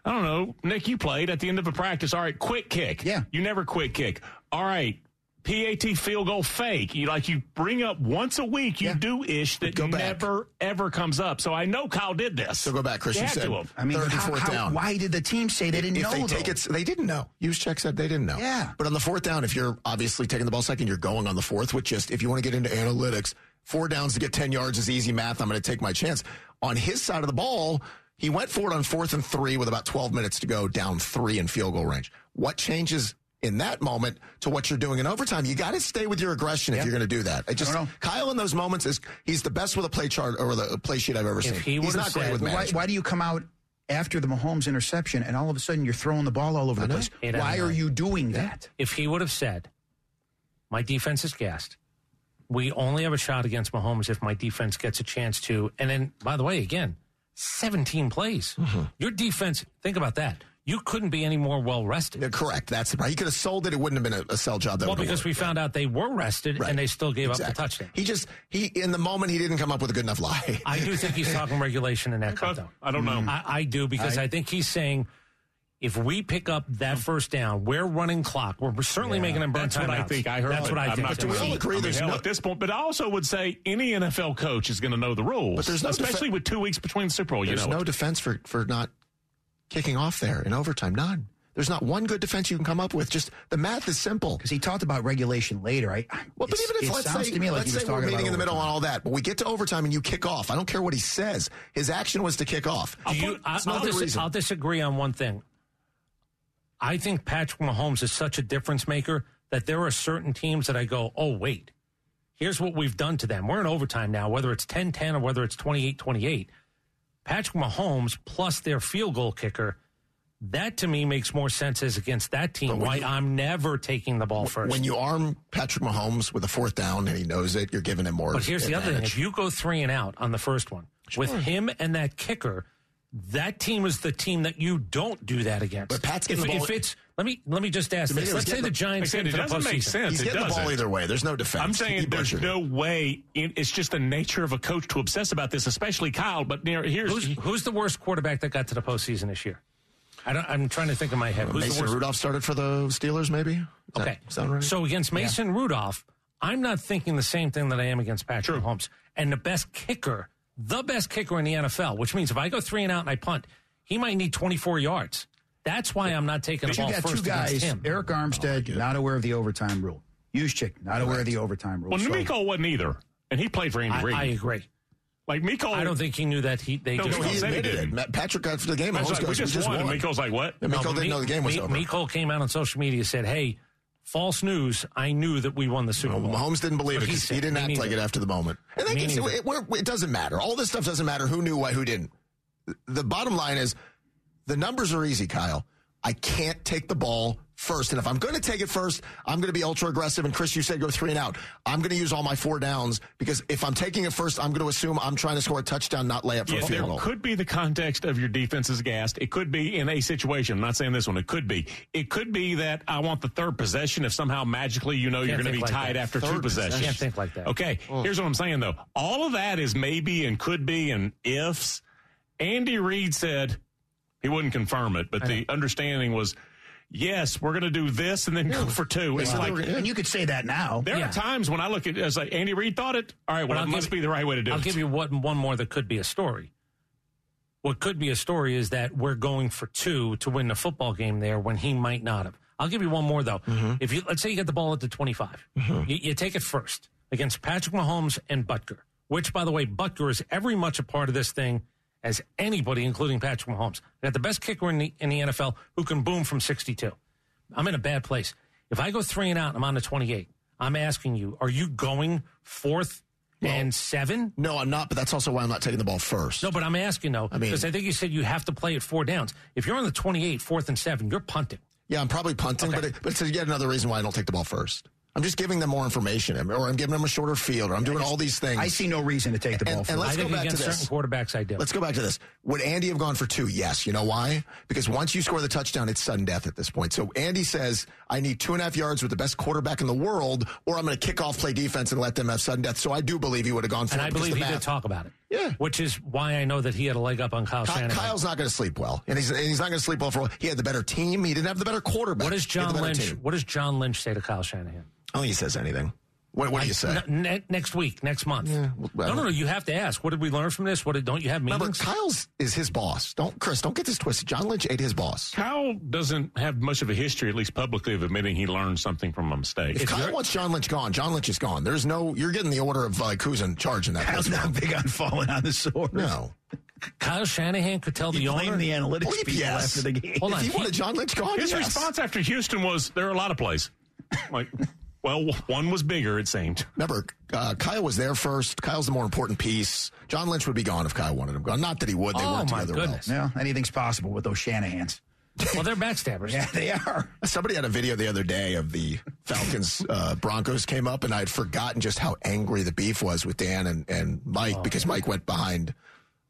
S11: I don't know, Nick, you played at the end of a practice. All right, quick kick. Yeah, you never quick kick. All right. PAT field goal fake. You like you bring up once a week. You do ish that never ever comes up. So I know Kyle did this. So
S14: go back, Chris. You said
S1: I mean,
S14: third and
S1: how-
S14: fourth
S1: how-
S14: down.
S1: Why did the team say they didn't
S14: if
S1: know?
S14: they take
S1: though?
S14: it, they didn't know. Check said they didn't know.
S1: Yeah.
S14: But on the fourth down, if you're obviously taking the ball second, you're going on the fourth, which just, if you want to get into analytics, four downs to get 10 yards is easy math. I'm going to take my chance. On his side of the ball, he went for it on fourth and three with about 12 minutes to go, down three in field goal range. What changes in that moment to what you're doing in overtime? You got to stay with your aggression if you're going to do that. I just, Kyle in those moments is, he's the best with a play chart or the play sheet I've ever seen. he's not great with
S1: why,
S14: management.
S1: why do you come out after the Mahomes interception and all of a sudden you're throwing the ball all over the place?
S14: uh,
S2: Eight out
S1: Why
S2: of
S1: are
S2: nine.
S1: you doing that?
S2: If he would have said, "My defense is gassed. We only have a shot against Mahomes if my defense gets a chance to." And then, by the way, again, seventeen plays.
S14: Mm-hmm.
S2: Your defense. Think about that. You couldn't be any more well rested.
S14: Yeah, correct. That's the problem. He could have sold it. It wouldn't have been a, a sell job. That
S2: well,
S14: would have
S2: because
S14: worked.
S2: we found out they were rested
S14: Right.
S2: and they still gave up the
S14: Exactly.
S2: touchdown.
S14: He just he in the moment he didn't come up with a good enough lie. [laughs]
S2: I do think he's talking regulation in that cut, though.
S11: I don't know.
S2: I, I do because I,
S11: I-
S2: think he's saying if we pick up that first down, we're running clock. We're certainly making them burn
S11: That's what I
S2: timeouts.
S11: think I heard.
S2: That's
S11: but
S2: what I
S11: I'm
S2: think.
S11: Not gonna- I mean, hell, at this point, but I also would say any NFL coach is going to know the rules.
S14: But there's no
S11: especially with two weeks between the Super Bowl. You
S14: There's
S11: know,
S14: no defense for for not kicking off there in overtime. None. There's not one good defense you can come up with. Just the math is simple.
S1: Because he talked about regulation later. I,
S14: Well, but
S1: it's-
S14: even if
S1: it
S14: let's
S1: sounds
S14: say,
S1: to me like
S14: let's
S1: he was
S14: say we're
S1: talking
S14: meeting
S1: about
S14: in the middle on
S1: overtime.
S14: all that, but we get to overtime and you kick off. I don't care what he says. His action was to kick off.
S2: Do you, I,
S14: It's
S2: I'll,
S14: not the
S2: dis-
S14: reason.
S2: I'll disagree on one thing. I think Patrick Mahomes is such a difference maker that there are certain teams that I go, oh, wait, here's what we've done to them. We're in overtime now, whether it's 10 10 or whether it's 28 28. Patrick Mahomes plus their field goal kicker, that to me makes more sense as against that team. Why I'm never taking the ball first.
S14: when you arm Patrick Mahomes with a fourth down and he knows it, you're giving him more.
S2: But here's the other thing:
S14: advantage.
S2: if you go three and out on the first one with him and that kicker, that team is the team that you don't do that against.
S14: But Pat's
S2: if,
S14: getting the ball-
S2: if it's let me let me just ask
S14: To me,
S2: this:
S14: it was
S2: Let's say
S14: getting
S2: the
S14: the-
S2: Giants
S11: Like I
S2: get
S11: said,
S2: into
S11: it
S2: the
S11: doesn't make
S2: postseason.
S11: sense.
S14: He's
S11: It
S14: getting the ball
S11: doesn't.
S14: either way. There's no defense.
S11: I'm
S14: He
S11: saying there's
S14: butchered it.
S11: no way. it- It's just the nature of a coach to obsess about this, especially Kyle. But near- here's
S2: Who's, who's the worst quarterback that got to the postseason this year? I don't, I'm trying to think in my head. Who's the
S14: Uh, Mason
S2: worst?
S14: Rudolph started for the Steelers, maybe? Does that
S2: Okay.
S14: sound right?
S2: So against Mason Rudolph, I'm not thinking the same thing that I am against Patrick Mahomes. And the best kicker, the best kicker in the NFL, which means if I go three and out and I punt, he might need 24 yards. That's why I'm not taking
S17: But
S2: the
S17: you
S2: ball
S17: got
S2: first
S17: two
S2: against
S17: guys.
S2: him.
S17: Eric
S14: Oh,
S17: Armstead, not aware of the overtime rule. Juszczyk, not aware of the overtime rule.
S11: Well,
S17: So-
S11: Nico wasn't either, and he played for Andy
S2: I,
S11: Reid.
S2: I agree.
S11: Like Miko,
S2: I don't think he knew that he they
S11: No,
S2: just
S11: no, he
S2: said
S11: admitted
S2: didn't.
S11: it.
S14: Matt Patrick got for the game.
S11: I was
S14: Mahomes
S11: like, we
S14: goes,
S11: just won. And Miko's like, what?
S14: Yeah, Miko
S2: but
S14: didn't know the game was over.
S2: Miko came out on social media said, "Hey, false news. I knew that we won the Super Bowl."
S14: Mahomes didn't believe
S2: But
S14: it because
S2: said,
S14: he didn't
S2: "Me
S14: act like it
S2: neither."
S14: after the moment. And they
S2: Me
S14: can see,
S2: neither.
S14: it, we're- it doesn't matter. All this stuff doesn't matter. Who knew why? Who didn't? The bottom line is the numbers are easy, Kyle. I can't take the ball first. And if I'm going to take it first, I'm going to be ultra aggressive. And Chris, you said go three and out. I'm going to use all my four downs because if I'm taking it first, I'm going to assume I'm trying to score a touchdown, not lay up for
S11: Yeah,
S14: a
S11: there
S14: field goal.
S11: could be the context of your defense is gassed. It could be in a situation. I'm not saying this one. It could be. It could be that I want the third possession if somehow magically you know
S2: Can't
S11: you're going to
S2: think
S11: be
S2: like
S11: tied
S2: that.
S11: after two
S2: Third
S11: possessions.
S2: possession. Can't think like that.
S11: Okay, here's what I'm saying though. All of that is maybe and could be and ifs. Andy Reid said he wouldn't confirm it, but the understanding was. Yes, we're going to do this and then go for two. It's like,
S17: and you could say that now.
S11: there are times when I look at it as like Andy Reid thought it. All right,
S2: But
S11: well,
S2: I'll
S11: it
S2: give
S11: must
S2: you-
S11: be the right way to do
S2: I'll
S11: it.
S2: give you one, one more that could be a story. What could be a story is that we're going for two to win the football game there when he might not have. I'll give you one more though.
S11: Mm-hmm.
S2: If you let's say you get the ball at the 25, you, you take it first against Patrick Mahomes and Butker, which by the way, Butker is every much a part of this thing as anybody, including Patrick Mahomes. I got the best kicker in the in the NFL who can boom from 62. I'm in a bad place. If I go three and out, and I'm on the 28. I'm asking you, are you going fourth and seven?
S14: No, I'm not, but that's also why I'm not taking the ball first.
S2: No, but I'm asking though,
S14: mean-
S2: because I think you said you have to play at four downs. If you're on the 28, fourth and seven, you're punting.
S14: Yeah, I'm probably punting, but, it, but it's yet another reason why I don't take the ball first. I'm just giving them more information, or I'm giving them a shorter field, or I'm doing all these things.
S17: I see no reason to take the
S14: And-
S17: ball.
S14: and
S17: first.
S1: [laughs]
S14: let's
S2: I
S14: go
S2: think
S14: back to
S2: against
S14: this.
S2: certain quarterbacks, I do.
S14: Let's go back to this. Would Andy have gone for two? Yes. You know why? Because once you score the touchdown, it's sudden death at this point. So Andy says, I need two and a half yards with the best quarterback in the world, or I'm going to kick off, play defense, and let them have sudden death. So I do believe he would have gone for
S2: and
S14: it
S2: I
S14: because
S2: believe
S14: the
S2: he
S14: math-
S2: did talk about it.
S14: Yeah.
S2: Which is why I know that he had a leg up on Kyle
S14: Ky-
S2: Shanahan.
S14: Kyle's not going to sleep well, and he's, and he's not going to sleep well for. He had the better team. He didn't have the better quarterback.
S2: what does
S14: He had the
S2: John
S14: better
S2: Lynch?
S14: team.
S2: What does John Lynch say to Kyle Shanahan?
S14: I don't think he says anything. What, what do you say?
S2: N- ne- next week, next month.
S14: well-
S2: no, no, no. You have to ask. What did we learn from this? What did, don't you have meetings?
S14: Remember, Kyle's is his boss. Don't Chris. Don't get this twisted. John Lynch ate his boss.
S11: Kyle doesn't have much of a history, at least publicly, of admitting he learned something from a mistake.
S14: If, Kyle wants John Lynch gone, John Lynch is gone. There's no. You're getting the order of like who's in charge in that.
S17: Kyle's
S14: place.
S17: not big on falling on the sword.
S14: No.
S2: Kyle Shanahan could tell
S17: You
S2: the owner.
S17: blame the analytics
S14: Bleep
S17: people
S14: yes.
S17: after the game.
S2: Hold
S14: if
S2: on.
S14: you
S2: He-
S14: wanted John Lynch gone,
S11: His
S14: yes.
S11: response after Houston was there are a lot of plays. Like, well, one was bigger, it seemed.
S14: Remember, uh, Kyle was there first. Kyle's the more important piece. John Lynch would be gone if Kyle wanted him gone. Not that he would. They
S2: Oh,
S14: worked
S2: my
S14: together
S2: goodness.
S17: No, anything's possible with those Shanahans. [laughs]
S2: well,
S14: [laughs]
S2: they're backstabbers.
S17: Yeah, they are.
S14: well. Somebody had a video the other day of the Falcons uh, Broncos came up, and I had forgotten just how angry the beef was with Dan and, and Mike because Mike went behind uh,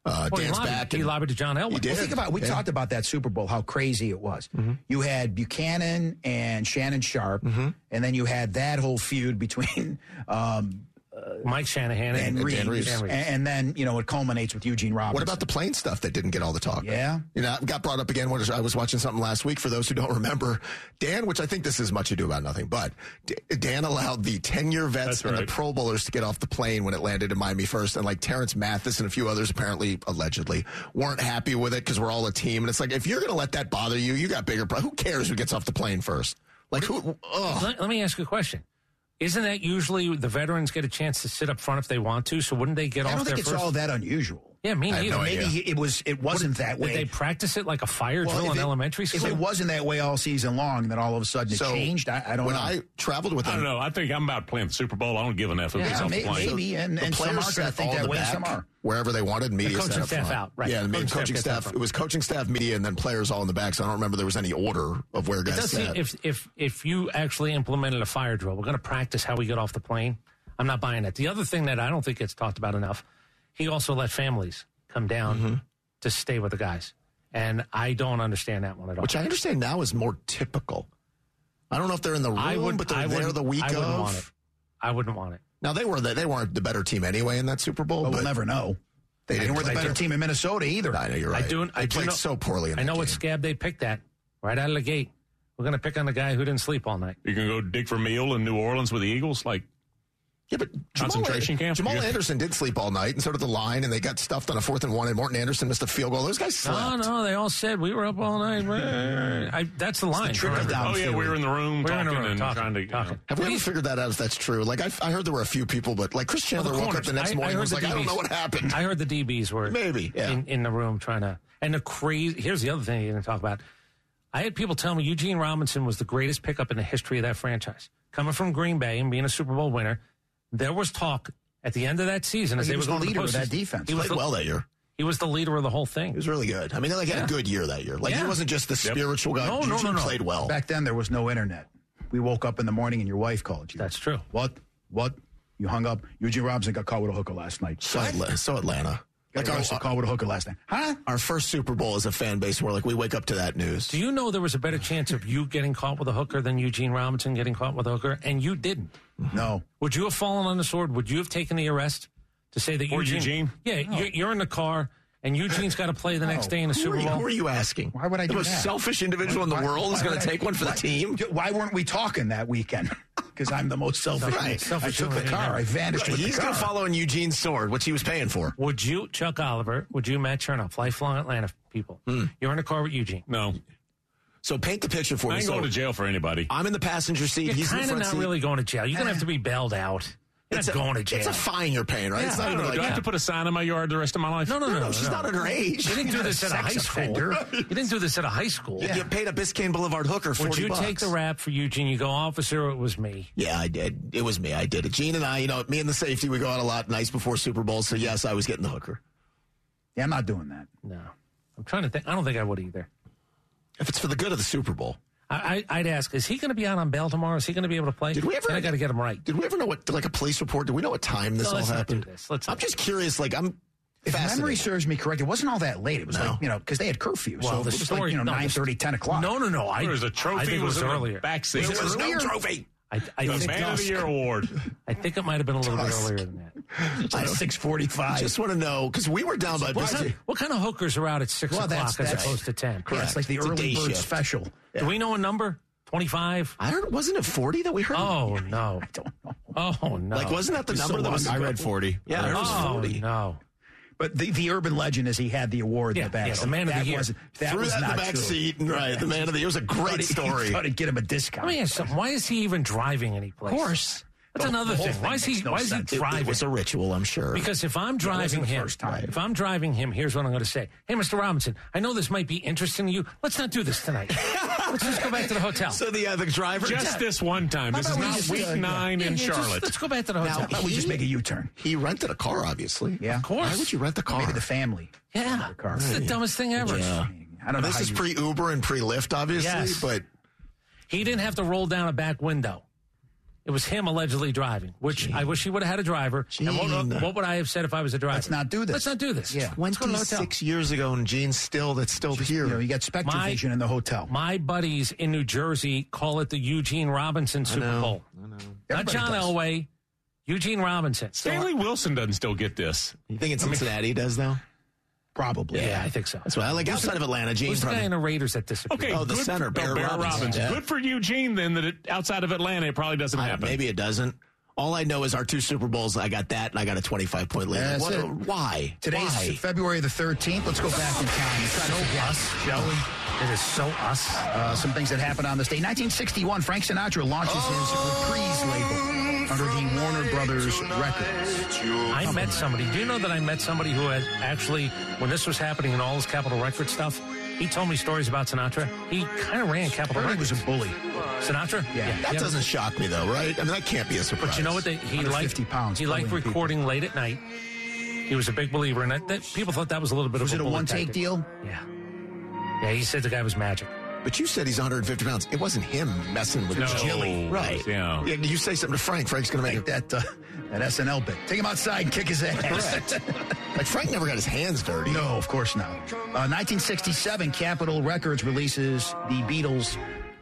S2: Oh. Well, he
S14: Dan's
S2: lobbied-
S14: back.
S2: He
S14: and-
S2: lobbied to John Elway.
S14: He did. Mm-hmm.
S17: Well, think about we
S14: Yeah.
S17: talked about that Super Bowl, how crazy it was. You had Buchanan and Shannon Sharp,
S14: Mm-hmm.
S17: and then you had that whole feud between [laughs] um,
S2: Mike Shanahan
S17: and,
S2: and,
S17: Reeves,
S14: Dan Reeves.
S17: And, and then you know it culminates with Eugene Robinson.
S14: What about the plane stuff that didn't get all the talk?
S17: Yeah.
S14: You know, I got brought up again when I was watching something last week. For those who don't [laughs] remember, Dan, which I think this is much ado about nothing, but D- Dan allowed the 10 year vets
S11: That's
S14: and the
S11: right.
S14: Pro Bowlers to get off the plane when it landed in Miami first. And like Terrence Mathis and a few others, apparently, allegedly, weren't happy with it because we're all a team. And it's like, if you're going to let that bother you, you got bigger. Pro- who cares who gets off the plane first? Like, who? Ugh.
S2: Let, let me ask you a question. Isn't that usually the veterans get a chance to sit up front if they want to? So wouldn't they get
S17: I
S2: off
S17: don't
S2: their
S17: think it's
S2: first?
S17: all that unusual.
S2: yeah, me
S14: I have
S2: neither.
S14: no
S17: Maybe
S14: idea.
S17: he- it was. It wasn't that
S2: Did they
S17: way.
S2: practice it like a fire
S17: Well,
S2: drill
S17: if
S2: in
S17: it-
S2: elementary
S17: If
S2: school?
S17: it wasn't that way all season long, then all of a sudden it
S14: So,
S17: changed. I, I don't
S14: when
S17: know.
S14: I traveled with
S11: I
S14: them,
S11: don't know. I think I'm about playing the Super Bowl. I don't give an F who
S17: Yeah,
S11: gets off
S17: may-
S11: the plane.
S17: maybe, and,
S14: the
S17: and some
S14: players
S17: are going to
S14: sat
S17: think
S14: all in
S17: that
S14: the
S17: way.
S14: back,
S17: Some are.
S14: wherever they wanted. Media
S2: coaching
S14: sat up
S2: staff
S14: front.
S2: out, right.
S14: Yeah, the main
S2: Coaching staff
S14: coaching
S2: gets
S14: staff.
S2: out front.
S14: It was coaching staff, media, and then players all in the back. So I don't remember there was any order of where
S2: It
S14: guys
S2: does seem
S14: sat.
S2: if if if you actually implemented a fire drill, we're going to practice how we get off the plane. I'm not buying it. The other thing that I don't think gets talked about enough, he also let families come down to stay with the guys, and I don't understand that one at all.
S14: which I understand now is more typical. I don't know if they're in the room,
S2: I would,
S14: but they're
S2: I
S14: there
S2: wouldn't-
S14: the week
S2: I wouldn't
S14: of.
S2: want it. I wouldn't want it.
S14: Now they were the, they weren't the better team anyway in that Super Bowl.
S17: But
S14: but
S17: we'll never know.
S14: They
S18: And
S14: didn't
S18: we're the
S14: play
S18: better
S14: good.
S18: team in Minnesota either.
S14: I know you're
S2: I
S14: right.
S2: do.
S14: They
S2: I do
S14: played
S2: know-
S14: so poorly. In
S2: I know what scab they picked that right out of the gate. We're going to pick on the guy who didn't sleep all night.
S11: You can go dig for meal in New Orleans with the Eagles, like
S14: yeah, but
S11: concentration
S14: Jamal,
S11: camp.
S14: Jamal
S11: Yeah.
S14: Anderson did sleep all night, and so did the line, and they got stuffed on a fourth and one, and Morton Anderson missed a field goal. Those guys slept.
S2: No, no, they all said we were up all night. I, that's the line.
S14: trickle
S2: Remember.
S14: down Oh, yeah, we were in the
S11: room
S2: We were in the
S11: talking
S2: room
S11: and
S2: talking,
S11: trying to, you
S2: talking.
S11: know.
S14: Have we ever figured that out if that's true? Like, I, I heard there were a few people, but like Chris Chandler woke up
S2: corners.
S14: the next
S2: I- I
S14: morning and
S2: heard
S14: was
S2: the
S14: like, I don't
S2: DBs.
S14: know what happened. [laughs]
S2: I heard the DBs were
S14: Maybe, yeah.
S2: in, in the room trying to. And the crazy. Here's the other thing you didn't talk about. I had people tell me Eugene Robinson was the greatest pickup in the history of that franchise. Coming from Green Bay and being a Super Bowl winner, there was talk at the end of that season as
S1: He
S2: they
S1: was
S2: were
S1: the
S2: going to
S1: leader of that
S2: postseason,
S1: defense.
S2: He was
S14: Played
S2: the-
S14: well that year.
S2: He was the leader of the whole thing.
S14: He was really good. I mean, they like had
S2: Yeah.
S14: a good year that year. Like,
S2: Yeah.
S14: he wasn't just the spiritual guy.
S2: No, no,
S14: Juju
S2: no, no.
S14: played well.
S1: Back then, there was no internet. We woke up in the morning and your wife called you.
S2: That's true.
S1: What? What? You hung up. Eugene Robinson got caught with a hooker last night.
S14: So, Atla- so Atlanta.
S1: Got
S14: Like our,
S1: arrested, caught with a hooker last night. Huh?
S14: our first Super Bowl as a fan base, we're like, we wake up to that news.
S2: Do you know there was a better chance of you getting caught with a hooker than Eugene Robinson getting caught with a hooker, and you didn't?
S1: No.
S2: Would you have fallen on the sword? Would you have taken the arrest to say that
S11: Or
S2: Eugene?
S11: Eugene?
S2: Yeah, you're, you're in the car, and Eugene's got to play the next
S1: No.
S2: day in a
S14: Who
S2: Super
S14: are, you,
S2: Bowl.
S14: who are you asking?
S1: Why would I
S14: the
S1: do
S14: most
S1: that?
S14: selfish individual in the
S1: Why-
S14: world is
S1: why
S14: going
S1: would
S14: to
S1: I-
S14: take one for the
S1: why-
S14: team?
S1: Why weren't we talking that weekend? [laughs] Because I'm the most selfish.
S14: Right.
S2: Selfish
S1: I took the
S2: human being
S1: car.
S2: ever.
S1: I vanished with
S14: He's
S1: the car.
S14: going to follow in Eugene's sword, which he was paying for.
S2: Would you, Chuck Oliver? Would you, Matt Chernoff, lifelong Atlanta people? You're in a car with Eugene.
S11: Hmm. No,
S14: So paint the picture for
S11: I
S14: me.
S11: ain't
S14: So
S11: going to jail for anybody.
S14: I'm in the passenger seat.
S2: You're
S14: he's in the
S2: kind of
S14: front
S2: not
S14: seat.
S2: really going to jail. You're gonna have to be bailed out. You're
S14: It's
S2: not
S14: a-
S2: going to jail.
S14: It's a fine you're paying, right? It's
S11: I
S14: not
S11: don't
S14: even
S11: know.
S14: like
S11: Do I have to put a sign in my yard the rest of my life?
S2: no, no, no,
S14: no, she's not at her age.
S2: You didn't do
S14: She's [laughs]
S2: this at
S14: not
S2: a
S14: a
S2: high
S14: sex
S2: school.
S14: offender.
S2: You didn't do this at a high school.
S14: You- You paid a Biscayne Boulevard hooker for
S2: Would you take the rap for Eugene? You go, officer, it was me.
S14: Yeah, I did. It was me. I did it. Gene and I, you know, me and the safety, we go out a lot nights before Super Bowl. So yes, I was getting the hooker.
S1: Yeah, I'm not doing that.
S2: No, I'm trying to think. I don't think I would either.
S14: If it's for the good of the Super Bowl,
S2: I, I, I'd ask, is he going to be out on bail tomorrow? Is he going to be able to play?
S14: Did we ever-
S2: Then I got to get him right.
S14: did we ever know what like a police report? Did we know what time this
S2: No,
S14: all
S2: let's not
S14: happened?
S2: do this. Let's not
S14: I'm just curious. Like I'm.
S1: If memory
S14: fascinated.
S1: serves me correct, it wasn't all that late. It was
S14: No.
S1: like, you know, because they had curfew. so
S2: Well,
S1: it
S2: the
S1: was like,
S2: story-
S1: you know,
S2: no, the-
S1: nine thirty, ten 9.30, 10 o'clock.
S2: No, no, no. I,
S11: There was a
S2: I
S11: trophy
S2: think it was,
S11: in the
S2: earlier.
S11: backseat.
S14: There was no trophy.
S2: I, I,
S11: The
S2: think,
S11: man of the year award.
S2: I think it might have been a little bit
S14: Dusk.
S2: earlier than that.
S1: It's like
S14: I don't-
S1: 6.45.
S14: I just want to know because we were down by
S2: What kind,
S14: Biscayne.
S2: what kind of hookers are out at 6
S1: Well,
S2: o'clock
S1: that's-
S2: as
S1: that's-
S2: opposed to 10?
S1: yeah, it's like the
S14: It's a
S1: early
S14: day
S1: bird
S14: shift.
S1: special.
S2: Do we know a number? 25?
S14: I don't. Wasn't it 40 that we heard?
S2: Oh, no.
S1: I don't know.
S2: Oh, no.
S14: Like wasn't that the
S1: It's so
S14: number that was?
S1: long. I read
S14: 40. Yeah, I read
S2: oh,
S14: 40.
S2: no.
S1: But the, the urban legend is he had the award
S2: Yeah,
S1: in the back.
S2: yeah, the man of the
S1: that
S2: year.
S1: wasn't- that
S14: Threw
S1: was
S14: that in
S1: not
S14: the back
S1: true.
S14: seat. Right, the man of the year It was a
S1: Thought
S2: [laughs]
S14: great
S1: he-
S14: story.
S1: He thought he'd get him a discount.
S2: Let me ask something. Oh, Why is he even driving anyplace? Of course. That's
S1: The
S2: another
S1: whole
S2: thing.
S1: thing
S2: Why is he,
S1: makes no
S2: why is he
S1: sense. It- it
S2: driving?
S14: It was a ritual, I'm sure.
S2: Because [laughs] if I'm driving
S1: the
S2: him,
S1: first time.
S2: if I'm driving him, here's what I'm going to say. Hey, Mr. Robinson, I know this might be interesting to you. Let's not do this
S1: [laughs]
S2: tonight. Let's just go back to the hotel.
S14: so the uh, the driver
S11: Just this one time. This is
S1: about we
S11: not
S1: just-
S11: week
S1: uh, yeah.
S11: nine
S2: Yeah,
S11: in
S2: yeah, just-
S11: Charlotte.
S2: let's go back to the hotel.
S1: Why don't we just make a U-turn?
S14: He rented a car, obviously.
S1: Yeah. Of
S2: course.
S14: Why would you rent the car?
S1: Maybe the family.
S2: yeah,
S1: The car.
S2: it's the dumbest thing ever.
S1: I don't know.
S14: this
S1: how
S14: is
S1: you-
S14: pre Uber and pre Lyft, obviously.
S2: Yes.
S14: But
S2: He didn't have to roll down a back window. It was him allegedly driving, which I wish he would have had a driver. And what,
S14: Gene.
S2: what would I have said if I was a driver?
S1: Let's not do this.
S2: Let's not do this.
S1: Yeah.
S2: Let's go to the hotel.
S14: years ago, and Gene's still that's still here.
S1: you know, you got spectral
S2: My-
S1: vision in the hotel.
S2: My buddies in New Jersey call it the Eugene Robinson Super Bowl. Not
S1: Everybody
S2: John
S1: does.
S2: Elway, Eugene Robinson.
S11: Stanley Wilson doesn't still get this.
S14: you think in Cincinnati he does though?
S1: Probably.
S2: yeah, I think so.
S14: That's what I like outside of Atlanta. Gene
S2: Who's the guy
S14: probably.
S2: in the Raiders that disappeared?
S11: Okay,
S14: Oh, the
S11: good-
S14: center, Bear Robbins. Yeah.
S11: Good for Eugene then that it, outside of Atlanta it probably doesn't
S14: I-
S11: happen.
S14: maybe it doesn't. All I know is our two Super Bowls. I got that, and I got a twenty-five point lead.
S1: That's
S14: What-
S1: it.
S14: Why?
S1: Today's
S14: Why?
S1: February the 13th. Let's go back in time. Try to forget, shall we?
S2: It is so us.
S1: Uh, some things that happened on this day. 1961, Frank Sinatra launches his reprise label under the Warner Brothers Records.
S2: I met somebody. Do you know that I met somebody who had actually, when this was happening and all his Capitol Record stuff, he told me stories about Sinatra. He kind of ran Capitol
S1: Bernie
S2: Records.
S1: was a bully.
S2: Sinatra?
S1: Yeah.
S14: That doesn't shock me though, right? I mean, that can't be a surprise.
S2: But you know what? They, he liked
S1: 150 pounds,
S2: He liked
S1: bullying people.
S2: recording late at night. He was a big believer, and that, that people thought that was a little bit
S1: Was
S2: of
S1: it a
S2: a bully
S1: one take
S2: tactic.
S1: deal?
S2: Yeah, yeah. He said the guy was magic.
S14: But you said he's 150 pounds. It wasn't him messing with
S11: No.
S14: Jilly, right?
S11: Yeah.
S14: You say something to Frank. Frank's going to make
S1: Like
S14: it.
S1: that, uh, that SNL bit. Take him outside and kick his ass.
S14: Like Frank never got his hands dirty.
S1: [laughs] No, of course not. Uh, 1967, Capitol Records releases the Beatles'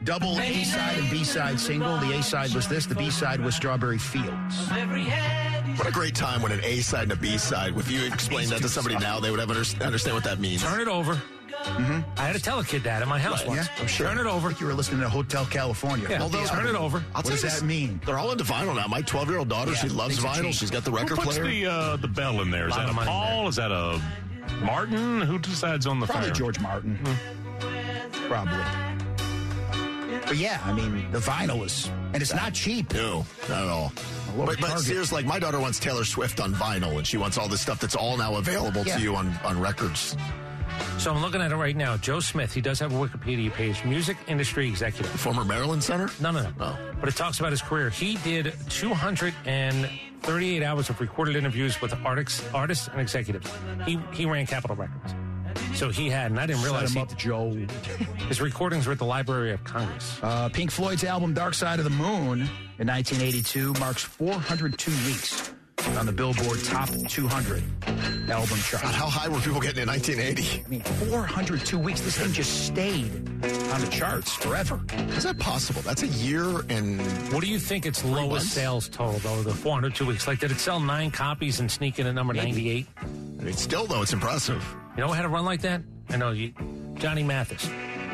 S1: double A side and B side single. The A side was this, the B side was Strawberry Fields.
S19: Every head
S14: What a great time when an A side and a B side. If you explained that to somebody now, they would have under- understand what that means.
S2: Turn it over.
S1: Mm-hmm.
S2: I had to tell a kid that at my house once.
S1: I'm sure. Turn
S2: it over.
S1: You were listening to Hotel California.
S2: Yeah,
S1: Although-
S2: turn it over.
S1: What does that mean?
S14: They're all into vinyl now. My 12 year old daughter, she loves vinyl. She's got the record
S11: Who puts
S14: player.
S11: the uh, the bell in there? Is
S14: Lot
S11: that a
S14: of money
S11: Paul? Is that a Martin? Who decides on the
S1: Probably
S11: fire?
S1: George Martin.
S2: Hmm.
S1: Probably. But yeah, I mean, the vinyl is, and it's not cheap.
S14: No, not at all. But, but seriously, like my daughter wants Taylor Swift on vinyl, and she wants all this stuff that's all now available
S2: Yeah.
S14: to you on, on records.
S2: So I'm looking at it right now. Joe Smith, he does have a Wikipedia page, music industry executive.
S14: Former Maryland Center? Oh.
S2: No, no, no.
S1: Oh.
S2: But it talks about his career. He did 238 hours of recorded interviews with artists, artists and executives. He he ran Capitol Records. So he had, and I didn't
S1: Set
S2: realize
S1: him
S2: he,
S1: up, Joe.
S2: [laughs] his recordings were at the Library of Congress.
S1: Uh, Pink Floyd's album Dark Side of the Moon in 1982 marks 402 weeks on the Billboard Top 200 album chart.
S14: God, how high were people getting in 1980?
S1: I mean, 402 weeks. This thing just stayed on the charts forever.
S14: Is that possible? That's a year and.
S2: What do you think its lowest
S14: months?
S2: sales total though? The 402 weeks. Like, did it sell nine copies and sneak in at number 98?
S14: It's still though. It's impressive.
S2: You know, had a run like that. I know you, Johnny Mathis.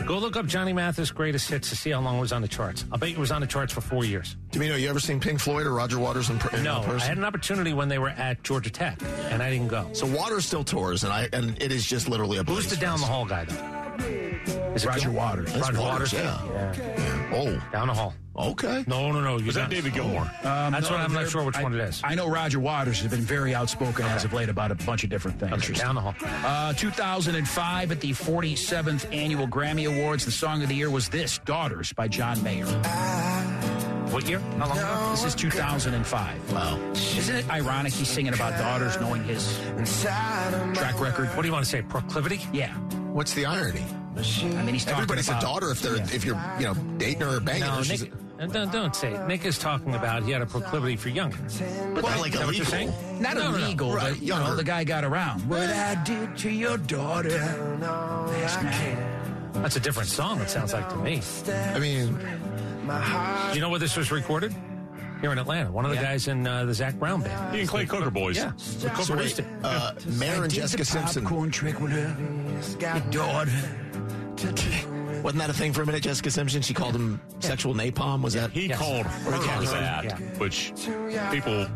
S2: Go look up Johnny Mathis' greatest hits to see how long it was on the charts. I bet it was on the charts for four years.
S14: Domino, you ever seen Pink Floyd or Roger Waters in, per- in
S2: No, I
S14: person?
S2: had an opportunity when they were at Georgia Tech, and I didn't go.
S14: So Waters still tours, and I and it is just literally a.
S2: Who's the
S14: breeze
S2: down the
S14: fest.
S2: hall guy though? Is it
S14: Roger
S2: Gil-
S14: Waters. That's
S2: Roger Waters.
S14: Waters, yeah. Oh,
S2: down the hall.
S14: Okay.
S2: No, no, no. you
S11: Was that
S2: got-
S11: David Gilmour?
S1: Um,
S2: That's
S1: no,
S2: what I'm not
S1: there-
S2: sure which
S1: I-
S2: one it is.
S1: I know Roger Waters has been very outspoken as of late about a bunch of different things.
S2: Down the hall.
S1: Uh, 2005 at the 47th annual Grammy Awards, the song of the year was this "Daughters" by John Mayer.
S2: What year? How long ago?
S1: This is 2005.
S14: Wow,
S1: isn't it ironic he's singing about daughters, knowing his track record?
S2: What do you want to say? Proclivity?
S1: Yeah.
S14: What's the irony?
S1: I mean, he's talking
S14: Everybody's
S1: about,
S14: a daughter if they're if you're you know dating her or banging
S2: No,
S14: her. She's
S2: Nick. uh, Don't, don't say it. Nick is talking about he had a proclivity for young.
S14: well, like
S2: Is that what you're saying?
S14: illegal.
S1: Not
S2: No, no, no.
S1: illegal,
S14: Right,
S1: but you
S14: younger.
S1: know the guy got around. What I did to your daughter last night.
S2: That's a different song, it sounds like to me.
S14: I mean,
S2: Do you know where this was recorded? Here in Atlanta. One of the guys in uh, the Zach Brown band.
S11: He and Clay Coker boys.
S2: Yeah. We co
S14: so
S2: produced
S14: wait,
S2: it.
S14: uh, Mayor and Jessica Simpson.
S1: Popcorn trick with her. Your daughter.
S14: Wasn't that a thing for a minute? Jessica Simpson. She called him sexual napalm. Was that?
S11: He
S2: Yes.
S11: called
S2: Or the
S11: her
S2: Cowboys.
S11: that,
S2: Yeah.
S11: which people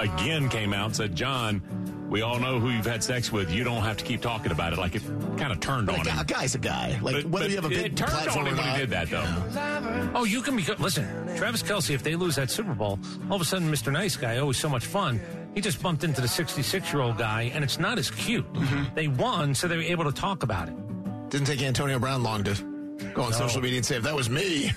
S11: again came out and said, John, we all know who you've had sex with. You don't have to keep talking about it. Like it kind of turned on
S14: But a, guy, a
S11: him.
S14: guy's a guy. Like
S11: But-
S14: whether
S11: but
S14: you have a
S11: it
S14: big
S11: turned on
S14: platform or
S11: him when
S14: not.
S11: he did that, though.
S2: Oh, you can be. Listen, Travis Kelsey, if they lose that Super Bowl, all of a sudden, Mr. Nice Guy, always so much fun, he just bumped into the 66 year old guy, and it's not as cute.
S11: Mm-hmm.
S2: They won, so they were able to talk about it.
S14: Didn't take Antonio Brown long to go on social media and say if that was me.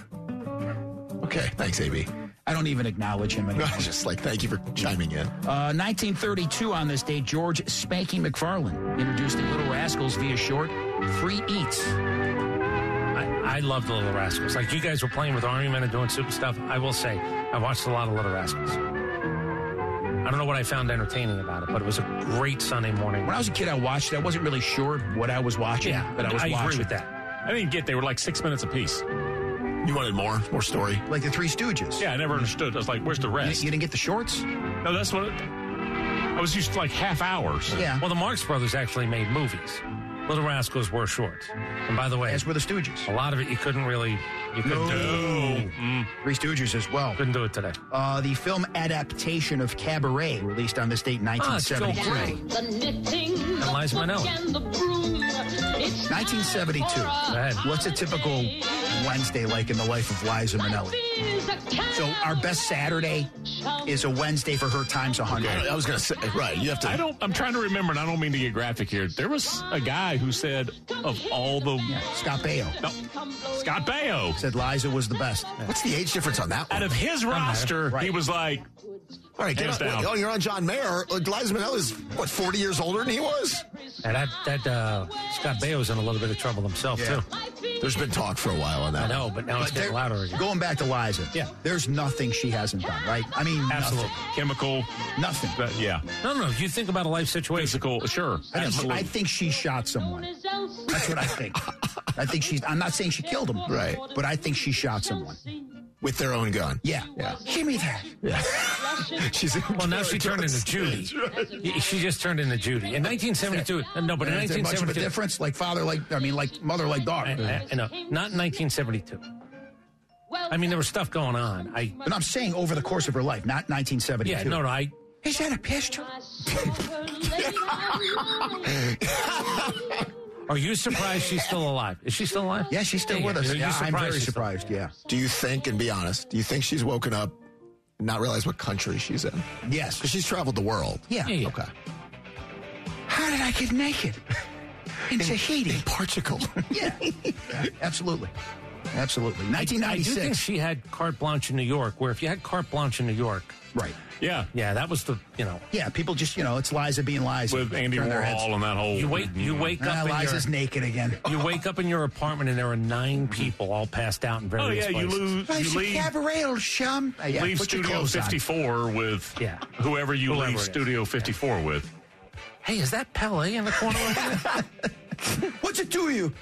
S14: Okay, thanks, [laughs] AB.
S1: I don't even acknowledge him
S2: [laughs]
S1: anymore.
S14: Just like thank you for chiming in.
S1: Uh, 1932 on this day, George Spanky McFarland introduced the Little Rascals via short Free Eats.
S2: I, I love the Little Rascals. Like you guys were playing with Army Men and doing super stuff. I will say, I watched a lot of Little Rascals. I don't know what I found entertaining about it, but it was a great Sunday morning.
S1: When I was a kid, I watched it. I wasn't really sure what I was watching,
S2: Yeah,
S1: but I was
S2: I
S1: watching.
S2: agree with that.
S11: I didn't get they were like six minutes apiece.
S14: You wanted more, more story.
S1: Like the Three Stooges.
S11: Yeah, I never understood. I was like, where's the
S1: You,
S11: rest?
S1: you didn't get the shorts?
S11: No, that's what it- I was used to like half hours.
S1: Yeah.
S2: Well, the Marx Brothers actually made movies. Little Rascals were shorts, and by the way,
S1: As were the Stooges.
S2: a lot of it you couldn't really, you couldn't do,
S11: No. Mm.
S1: Three Stooges as well.
S2: couldn't do it today.
S1: Uh, the film adaptation of Cabaret, released on this date in
S2: Ah, it's Joel
S1: 1973.
S2: Grey.
S6: The knitting,
S2: And Liza Minnelli.
S6: the broom. It's
S1: 1972.
S2: ahead.
S1: What's a typical Wednesday like in the life of Liza Minnelli? So our best Saturday is a Wednesday for her times 100.
S14: I I was gonna say right. You have to.
S11: I don't. I'm trying to remember, and I don't mean to get graphic here. There was a guy who said of all the
S1: Scott Baio
S11: no, Scott Baio
S1: said Liza was the best.
S14: What's the age difference on that one?
S11: out of his roster,
S1: Right.
S11: he was like,
S14: All right, get
S11: Hands
S14: up.
S11: down.
S14: Oh, you're on John Mayer. Like, Liza Minnelli's what, 40 years older than he was?
S2: And that that uh, Scott Baio's in a little bit of trouble himself
S1: Yeah.
S2: too.
S14: There's been talk for a while on
S2: I
S14: that.
S2: know, but now it's
S1: But there-
S2: getting louder again.
S1: Going back to Liza,
S2: Yeah.
S1: there's nothing she hasn't done, right? I mean,
S11: absolute chemical,
S1: nothing. nothing.
S11: but yeah,
S2: No, no, no. If you think about a life situation,
S11: physical, sure,
S1: I, think, I
S11: absolutely.
S1: think she shot someone. That's what I think. I think she's. I'm not saying she killed him,
S14: Right.
S1: But I think she shot someone.
S14: With their own gun.
S1: Yeah, yeah. Give me that.
S14: Yeah. She's
S2: well, now she turned into Judy. She just turned into Judy. In 1972, no, but in
S1: Is there much of a
S2: 1972.
S1: difference? Like father, like I mean, like mother, like daughter.
S2: I, I uh, know. Not in 1972. I mean, there was stuff going on. I.
S1: But I'm saying over the course of her life, not 1972.
S2: Yeah, no, no, I.
S1: Is that a pistol?
S2: Are you surprised she's still alive? Is she still alive?
S1: Yeah, she's still with us.
S2: Are you
S1: Yeah, I'm very
S2: she's still-
S1: surprised. Yeah.
S14: Do you think, and be honest, do you think she's woken up and not realized what country she's in?
S1: Yes.
S14: Because she's traveled the world.
S1: Yeah.
S14: Okay.
S1: How did I get naked? [laughs] In Tahiti.
S14: In Portugal.
S1: yeah. Absolutely. Absolutely.
S2: I do
S1: 1996.
S2: think she had carte blanche in New York, where if you had carte blanche in New York.
S1: Right.
S20: Yeah.
S2: Yeah, that was the, you know.
S1: Yeah, people just, you know, it's Liza being Liza.
S20: With Andy
S1: Turn their heads.
S20: Warhol and that whole. Mm-hmm.
S2: You wake, you wake
S1: Ah,
S2: up. in your-
S1: Liza's naked again.
S2: You wake up in your apartment and there are
S1: Mm-hmm.
S2: nine people all passed out in
S20: Oh
S2: various
S20: yeah, you
S2: places.
S20: lose.
S1: Hey,
S20: You
S1: she
S20: leave.
S1: cabaret, old chum. Ah, yeah,
S20: leave
S1: put your
S20: Studio
S1: clothes on.
S20: 54 with
S2: Yeah.
S20: whoever you
S2: Whoever
S20: leave
S2: it is.
S20: Studio 54 with.
S2: Hey, is that Pele in the corner? over
S1: [laughs]
S2: there?
S1: What's it to you?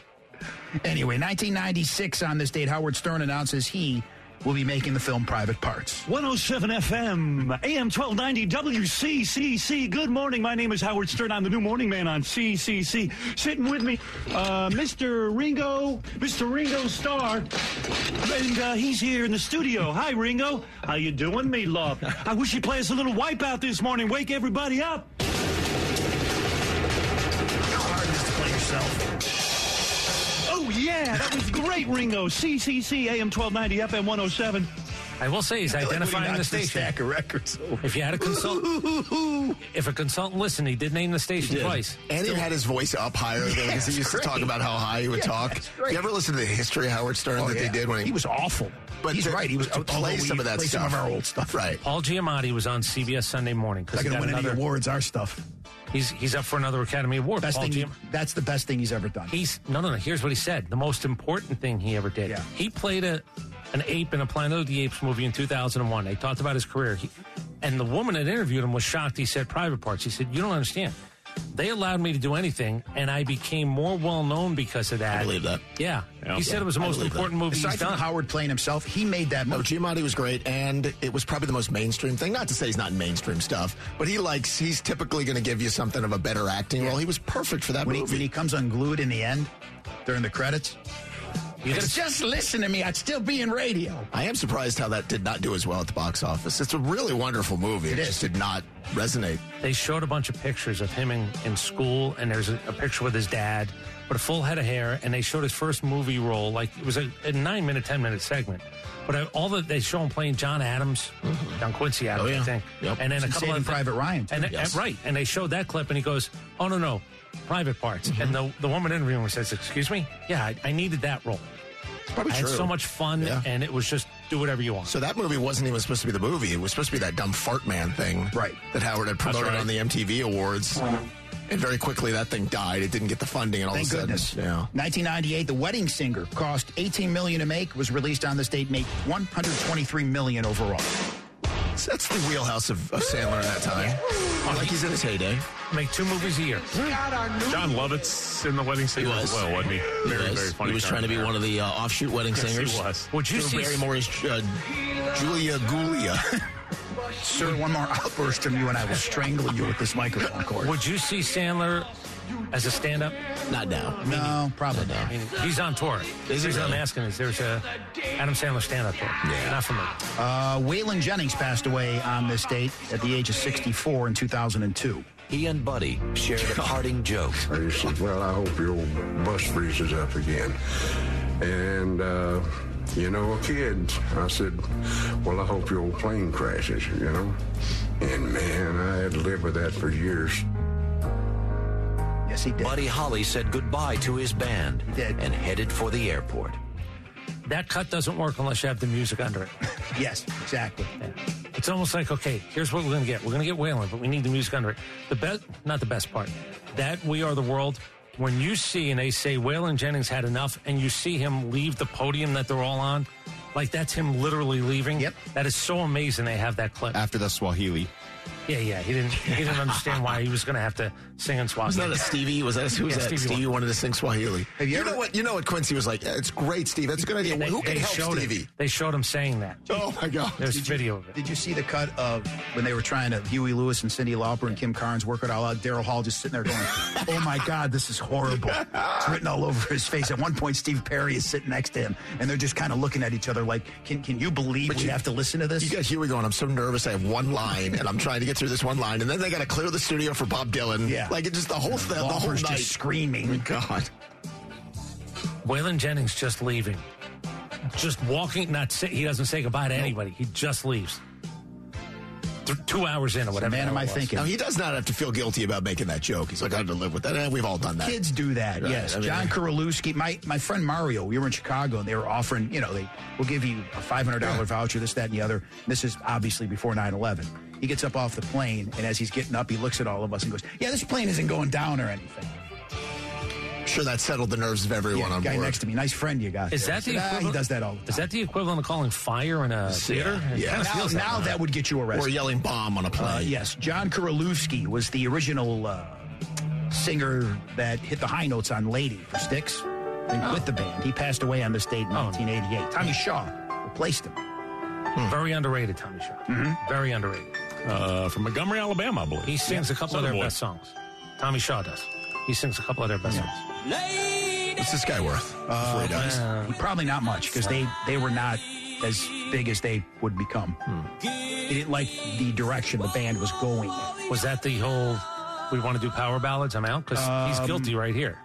S1: Anyway, 1996 on this date, Howard Stern announces he will be making the film Private Parts.
S21: 107 FM, AM 1290, WCCC. Good morning. My name is Howard Stern. I'm the new morning man on CCC. Sitting with me, uh, Mr. Ringo, Mr. Ringo Starr, and uh, he's here in the studio. Hi, Ringo. How you doing, me love? I wish you'd play us a little wipeout this morning. Wake everybody up.
S1: Hard to play yourself.
S21: Oh yeah, that was great, Ringo. CCC, AM 1290, FM 107.
S2: I will say he's identifying the station.
S1: Stack of records. over.
S2: If you had a
S1: [laughs]
S2: consultant, if a consultant listened, he did name the station twice.
S14: And it had his voice up higher though, because he used to talk about how high he would talk. You ever listen to the history of Howard Stern
S1: Oh,
S14: that
S1: yeah.
S14: they did when he,
S1: He was awful.
S14: But
S1: He's
S14: to-
S1: right. He was
S14: to play
S1: although we
S14: some of that
S1: play
S14: stuff.
S1: Some of our old stuff.
S14: right?
S2: Paul Giamatti was on CBS Sunday Morning
S1: Not
S2: because he
S1: going to
S2: got
S1: win any
S2: another.
S1: awards. Our stuff.
S2: He's he's up for another Academy Award.
S1: Best
S2: Paul
S1: thing.
S2: Giam-
S1: that's the best thing he's ever done.
S2: he's no no no. Here's what he said: the most important thing he ever did.
S1: Yeah.
S2: He played a an ape in a Planet of the Apes movie in 2001. They talked about his career, he, and the woman that interviewed him was shocked. He said private parts. He said, "You don't understand." They allowed me to do anything, and I became more well known because of that. I
S14: believe that.
S2: Yeah, he said it was the
S14: I
S2: most
S14: believe that.
S2: important movie
S1: Aside
S2: he's
S1: from
S2: done.
S1: Howard playing himself, he made that
S14: No,
S1: movie.
S14: Giamatti was great, and it was probably the most mainstream thing. Not to say he's not in mainstream stuff, but he likes, he's typically going to give you something of a better acting role. He was perfect for that
S1: When he,
S14: movie.
S1: when he comes unglued in the end, during the credits,
S2: You gotta-
S1: It's just listen to me. I'd still be in radio.
S14: I am surprised how that did not do as well at the box office. It's a really wonderful movie. It, just did not resonate.
S2: they showed a bunch of pictures of him in, in school, and there's a, a picture with his dad, but a full head of hair, and they showed his first movie role. Like it was a, a nine minute, ten minute segment. But I, all that they show him playing John Adams, John Quincy Adams,
S14: Oh, yeah.
S2: I think,
S14: Yep.
S2: Oh, and then a
S1: And
S2: couple
S1: Saving
S2: of
S1: Private Ryan. too.
S2: and, and- right, and they showed that clip, and he goes, "Oh no, no, private parts." And the the woman interviewing him says, "Excuse me, yeah, I, I needed that role.
S14: Probably
S2: I
S14: true.
S2: had so much fun,
S14: Yeah.
S2: and it was just do whatever you want."
S14: So that movie wasn't even supposed to be the movie. It was supposed to be that dumb fart man thing,
S1: Right.
S14: That Howard had promoted
S20: right.
S14: on the MTV Awards, and very quickly that thing died. It didn't get the funding, and all
S1: Thank
S14: of a
S1: goodness.
S14: sudden, yeah.
S1: 1998, The Wedding Singer cost 18 million to make, was released on this date, made 123 million overall.
S14: So that's the wheelhouse of, of Sandler at that time.
S22: Oh,
S14: Like he's in his heyday.
S2: Make two movies a year.
S20: John Lovitz in the wedding singer
S22: He was.
S20: as well, wasn't he? Very, very funny.
S22: He was trying to be one of the uh, offshoot wedding
S20: Yes,
S22: singers.
S20: he was.
S2: Would you
S22: Drew
S2: see?
S22: Barrymore's uh,
S14: Julia Gulia.
S1: Sir, one more [laughs] outburst from you and I will strangle you with this microphone cord.
S2: Would you see Sandler as a stand up?
S22: not now.
S1: no, probably not.
S2: I mean, he's on tour.
S22: Is he
S2: Reason I'm
S22: really?
S2: asking is there's a Adam Sandler stand up tour. Yeah. Not for me.
S1: Uh, Waylon Jennings passed away on this date at the age of 64 in 2002.
S5: He and Buddy shared a parting joke.
S23: I just said, well, I hope your old bus freezes up again. And, uh, you know, kids, I said, well, I hope your old plane crashes, you know? And man, I had to live with that for years.
S1: Yes, he did.
S5: Buddy Holly said goodbye to his band
S1: did.
S5: and headed for the airport.
S2: That cut doesn't work unless you have the music under it.
S1: Yes, exactly.
S2: It's almost like, okay, here's what we're going to get. We're going to get Waylon, but we need the music under it. The best, not the best part, that We Are the World, when you see and they say Waylon Jennings had enough and you see him leave the podium that they're all on, like that's him literally leaving.
S1: Yep.
S14: Uh,
S2: That is so amazing they have that clip.
S24: After the Swahili.
S2: Yeah, yeah. He didn't. He didn't understand why he was going to have to sing in
S14: Was
S2: Swahili.
S14: that a Stevie? Was that who was
S2: Yeah,
S14: that?
S2: Stevie
S14: Stevie,
S2: Wonder.
S14: wanted to sing Swahili. you know what? You know what? Quincy was like, "Yeah, "It's great, Steve. That's a good idea.
S2: They-
S14: Who can
S2: they
S14: help
S2: showed him-
S14: Stevie?"
S2: they showed him saying that.
S14: Oh my God!
S2: There's video of it.
S1: Did you see the cut of when they were trying to Huey Lewis and Cindy Lauper and Kim Carnes work it all out? Daryl Hall just sitting there
S14: [laughs]
S1: going, "Oh my God, this is horrible." It's written all over his face. At one point, Steve Perry is sitting next to him, and they're just kind of looking at each other like, "Can can you believe we have to listen to this?"
S14: [laughs] You got Huey going. I'm so nervous. I have one line, and I'm trying to get through this one line, and then they got to clear the studio for Bob Dylan.
S1: Yeah.
S14: like it just the whole
S1: And
S14: thing, the whole
S1: Lauper's
S14: night.
S1: just screaming.
S14: My Oh, God.
S2: Waylon Jennings just leaving, just walking. Not say, he doesn't say goodbye to anybody. He just leaves. Th- two hours in or whatever. the hell it was.
S14: Now he does not have to feel guilty about making that joke. He's like, I had to live with that. Eh, we've all done that.
S1: Kids do that.
S14: Right,
S1: yes.
S14: I mean-
S1: John Karalewski, my my friend Mario. We were in Chicago, and they were offering, you know, they will give you a five hundred dollar voucher, this, that, and the other. This is obviously before 9-11. He gets up off the plane, and as he's getting up, he looks at all of us and goes, "Yeah, this plane isn't going down or anything."
S14: I'm sure that settled the nerves of everyone
S1: yeah,
S14: on
S1: guy
S14: board.
S1: next to me, nice friend you got.
S2: Is
S1: there.
S2: that
S1: I
S2: the
S1: said, "Ah, he
S2: equivalent-
S1: does that all.
S2: Is that the equivalent of calling fire in a theater? It
S14: Yeah.
S2: kinda
S14: Now-
S2: feels
S1: now
S2: way.
S1: that would get you arrested.
S14: Or yelling bomb on a plane.
S1: Uh, yes, John Karalewski was the original uh, singer that hit the high notes on "Lady" for Styx, and quit the band. He passed away on this date in 1988. Tommy Shaw replaced him.
S2: Very underrated, Tommy Shaw.
S1: Mm-hmm.
S2: Very underrated.
S11: Uh, from Montgomery, Alabama, I believe.
S2: He sings a couple of
S11: Southern
S2: their
S11: boy.
S2: best songs. Tommy Shaw does. He sings a couple of their best songs.
S14: What's this guy worth?
S1: Uh,
S14: Before he dies?
S1: uh, probably not much because they they were not as big as they would become. They didn't like the direction the band was going.
S2: Was that the whole? We want to do power ballads. I'm out because he's
S1: Um,
S2: guilty right here.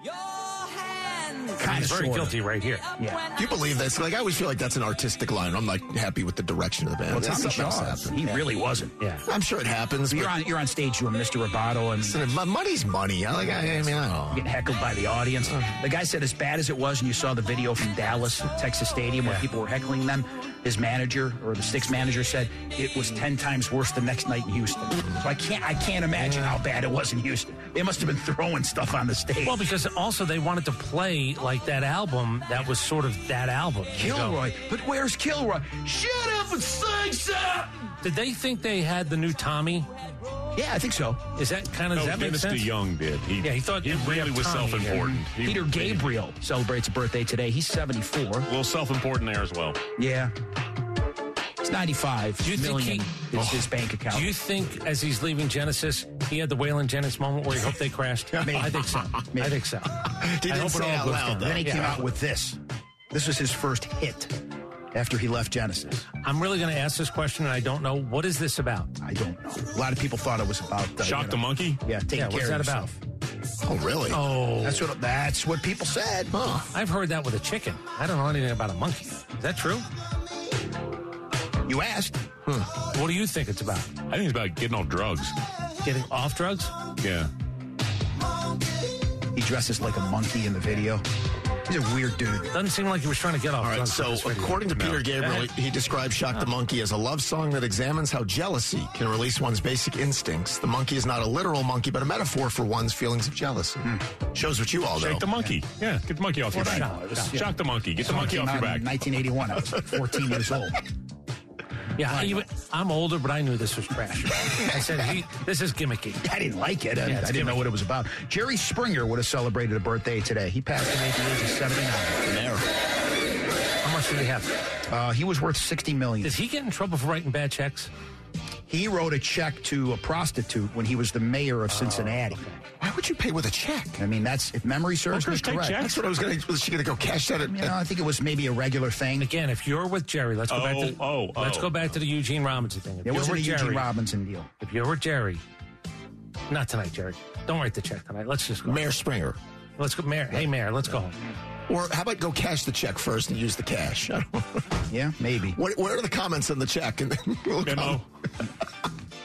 S1: Kind
S2: He's
S1: of
S2: very
S1: sort
S2: guilty right here.
S1: Yeah.
S14: Do you believe this? Like I always feel like that's an artistic line. I'm like happy with the direction of the band.
S1: Well,
S14: That's
S1: Tommy
S14: something else
S1: Shaw,
S14: happened.
S1: he really wasn't.
S2: Yeah.
S14: I'm sure it happens.
S1: You're
S14: But
S1: on you're on stage with Mr. Roboto and
S14: Listen, my money's money. I, like, I, I mean, I don't know.
S1: getting heckled by the audience. The guy said, as bad as it was, and you saw the video from Dallas, Texas Stadium, where people were heckling them. His manager or the Sticks manager said it was ten times worse the next night in Houston. So I can't, I can't imagine how bad it was in Houston. They must have been throwing stuff on the stage.
S2: Well, because also they wanted to play like that album that was sort of that album. You go,
S1: Kilroy, but where's Kilroy? Shut up and sing something.
S2: Did they think they had the new Tommy?
S1: Yeah, I think so.
S2: Is that kind of
S11: No,
S2: does that make
S11: Dennis
S2: sense?
S11: DeYoung did. He,
S2: Yeah, he thought
S11: he
S2: we
S11: really
S2: have
S11: was
S2: Tommy
S11: self-important. He-
S1: Peter Gabriel celebrates a birthday today. He's seventy-four.
S11: A little self-important there as well.
S1: Yeah. It's 95
S2: Do you think
S1: million
S2: he- Oh.
S1: is his bank account.
S2: Do you think as he's leaving Genesis, he had the Waylon Jennings moment where he hoped they
S11: [laughs]
S2: crashed? I think so. I think so. [laughs]
S14: He
S2: I
S14: didn't
S2: hope
S14: say
S2: it all
S14: out
S2: goes
S14: loud,
S2: down.
S14: though.
S1: Then he
S2: Yeah.
S1: came out with this. This was his first hit after he left Genesis.
S2: I'm really going to ask this question, and I don't know what is this about.
S1: I don't know. A lot of people thought it was about uh,
S11: Shock
S1: you
S11: the
S1: know,
S11: monkey?
S1: Yeah, taking
S2: yeah,
S1: care
S2: what's
S1: of
S2: that about?
S1: yourself.
S14: Oh, really?
S2: Oh,
S1: That's what that's what people said.
S2: I've heard that with a chicken. I don't know anything about a monkey. Is that true?
S1: You asked.
S2: What do you think it's about?
S11: I think it's about getting off drugs.
S2: Getting off drugs?
S11: Yeah.
S1: He dresses like a monkey in the video. He's a weird dude.
S2: Doesn't seem like he was trying to get off
S14: All right,
S2: drugs. for
S14: so
S2: this video.
S14: according to
S11: No.
S14: Peter Gabriel,
S2: Yeah.
S14: he describes Shock the Monkey as a love song that examines how jealousy can release one's basic instincts. The monkey is not a literal monkey, but a metaphor for one's feelings of jealousy. Shows what you all know.
S11: Hmm. Shake the monkey. Yeah. Get the monkey off your back.
S2: no, it was-
S11: Shock the monkey. Get the
S1: Song
S11: monkey
S1: came
S11: off
S1: out
S11: your back.
S1: in 1981. I
S11: [laughs]
S1: was 14 years old.
S2: Yeah, I even, I'm older, but I knew this was trash. I said, he, this is gimmicky.
S1: I didn't like it. I,
S2: Yeah,
S1: I
S2: it's
S1: didn't know
S2: gimmicky.
S1: what it was about. Jerry Springer would have celebrated a birthday today. He passed away at the age of 79.
S2: How much did he have?
S1: Uh, he was worth 60 million.
S2: Did he get in trouble for writing bad checks?
S1: He wrote a check to a prostitute when he was the mayor of Cincinnati.
S2: Oh,
S14: Why would you pay with a check?
S1: I mean, that's if memory serves me
S11: Hookers take
S1: correct.
S11: checks?
S14: That's what I was going to. Was she going to go cash that? At,
S1: You know, I think it was maybe a regular thing. It
S2: Again, if you're with Jerry, let's go back to
S11: Oh, oh,
S2: let's
S11: oh.
S2: go back to the Eugene Robinson thing. If you're
S1: wasn't a
S2: with
S1: Eugene
S2: Jerry,
S1: Robinson deal.
S2: if you're with Jerry, not tonight, Jerry. Don't write the check tonight. Let's just go.
S14: Mayor Springer.
S2: Let's go, Mayor. Hey, Mayor, let's go. home.
S14: Or how about go cash the check first and use the cash? I don't know.
S1: Yeah, maybe.
S14: What, what are the comments on the check? And then [laughs] we'll
S11: Memo.
S14: come.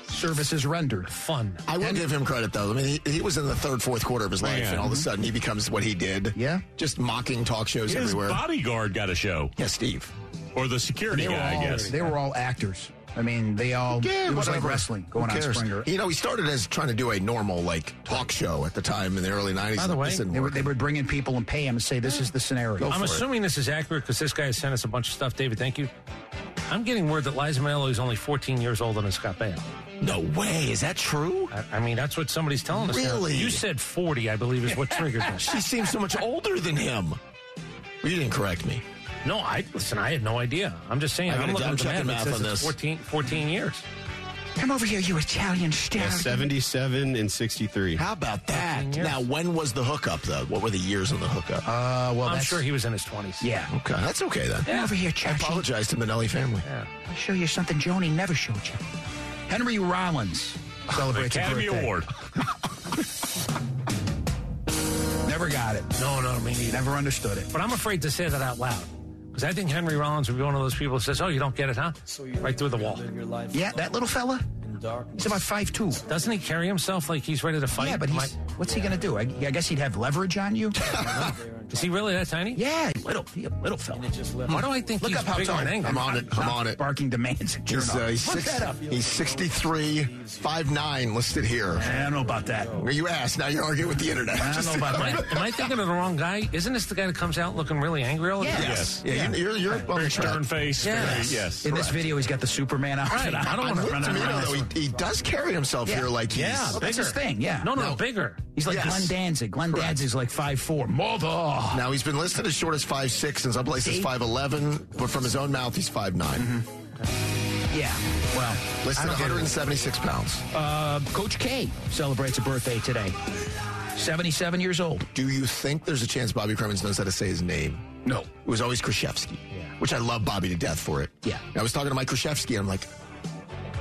S1: Services rendered.
S2: Fun.
S14: I will give him credit though. I mean, he, he was in the third, fourth quarter of his life,
S11: Man.
S14: and all of a sudden he becomes what he did.
S1: Yeah.
S14: just mocking talk shows
S11: His
S14: everywhere.
S11: bodyguard got a show.
S14: yeah, Steve.
S11: Or the security
S1: They were,
S11: guy, I
S1: all,
S11: guess.
S1: they were all actors. I mean, they all. it
S14: Yeah,
S1: was like
S14: whatever.
S1: wrestling
S14: Who
S1: going on
S14: cares?
S1: Springer.
S14: You know, he started as trying to do a normal like talk show at the time in the early nineties.
S2: By the way,
S1: They would, they would bring in people and pay him and say, this is the scenario.
S2: I'm assuming this is accurate because this guy has sent us a bunch of stuff. David, thank you. I'm getting word that Liza Minnelli is only 14 years older than Scott Baio.
S25: No way. Is that true?
S2: I, I mean, that's what somebody's telling us. now.
S14: Really?
S2: You said 40, I believe, is what triggered this.
S14: [laughs] she seems so much older than him. You didn't correct me.
S2: No, I listen. I had no idea. I'm just saying.
S14: I gotta-
S2: I'm looking
S14: I'm
S2: at the
S14: checking
S2: math. It
S14: math
S2: says
S14: on
S2: it's
S14: this.
S2: 14, 14 years.
S1: Come over here, you Italian
S4: Yeah,
S1: stallion.
S4: 77 and 63.
S14: How about that?
S2: years.
S14: Now, when was the hookup, though? What were the years of the hookup? Uh, well,
S2: I'm
S14: that's,
S2: sure he was in his 20s.
S1: Yeah.
S14: Okay, that's okay then.
S1: Come over here,
S14: I
S1: Chachi.
S14: apologize to the Minelli family.
S1: I'll show you something Joni never showed you. Henry Rollins celebrates
S26: Academy
S1: a birthday.
S26: Award.
S1: Never got it.
S2: No, no, me neither.
S1: Never understood it.
S2: But I'm afraid to say that out loud because I think Henry Rollins would be one of those people who says, "Oh, you don't get it, huh?" Right through the wall.
S1: Yeah, that little fella. He's about five two.
S2: Doesn't he carry himself like he's ready to fight?
S1: Yeah, but
S2: Am
S1: he's, what's he going to do? I, I guess he'd have leverage on you.
S2: I- is he really that tiny?
S1: yeah, little, he a little fella.
S2: Why do I think
S14: Look
S2: he's
S14: up how
S2: big
S14: tall.
S2: on anger?
S14: I'm on it. I'm on it.
S1: Barking demands. at your
S14: He's, uh,
S1: knob.
S14: he's,
S1: Look
S14: six,
S1: that up.
S14: he's 63, 5'9 listed here.
S1: I don't know about that.
S14: You asked. Now you're arguing with the internet.
S1: I don't know about
S2: Am I,
S1: that.
S2: [laughs] am I thinking of the wrong guy? Isn't this the guy that comes out looking really angry all the time?
S1: Yes.
S14: [laughs] Yeah,
S1: Yeah.
S14: You, are you're uh, on the
S26: Very
S14: track.
S26: stern face.
S2: Yes.
S26: Very, yes.
S1: In this video, he's got the Superman outfit.
S2: Right.
S1: on.
S2: I don't want
S14: I'm
S2: to
S14: with
S2: run
S14: Tamino,
S2: around.
S14: though. He, he does carry himself
S1: Yeah.
S14: here like he's.
S2: Yeah,
S1: Well, that's his
S2: bigger.
S1: thing, yeah.
S2: No, no,
S14: No.
S2: bigger.
S1: He's like
S14: Yes.
S1: Glenn Danzig. Glenn Danzig's like five four. Mother.
S14: Now, he's been listed as short as 5'6", and some places 5'11", but from his own mouth, he's 5'9".
S1: Yeah. Well,
S14: Listed 176 pounds.
S1: uh, Coach K celebrates a birthday today. Seventy-seven years old.
S14: Do you think there's a chance Bobby Cremins knows how to say his name?
S1: No.
S14: It was always Krzyzewski, which I love Bobby to death for it.
S1: Yeah.
S14: And I was talking to Mike Krzyzewski, and I'm like,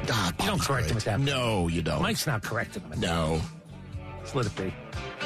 S14: God,
S2: You don't
S14: Bobby's
S2: correct him
S14: great."
S2: at that.
S14: No, you don't.
S2: Mike's not correcting him.
S14: No,
S2: Let's let it be.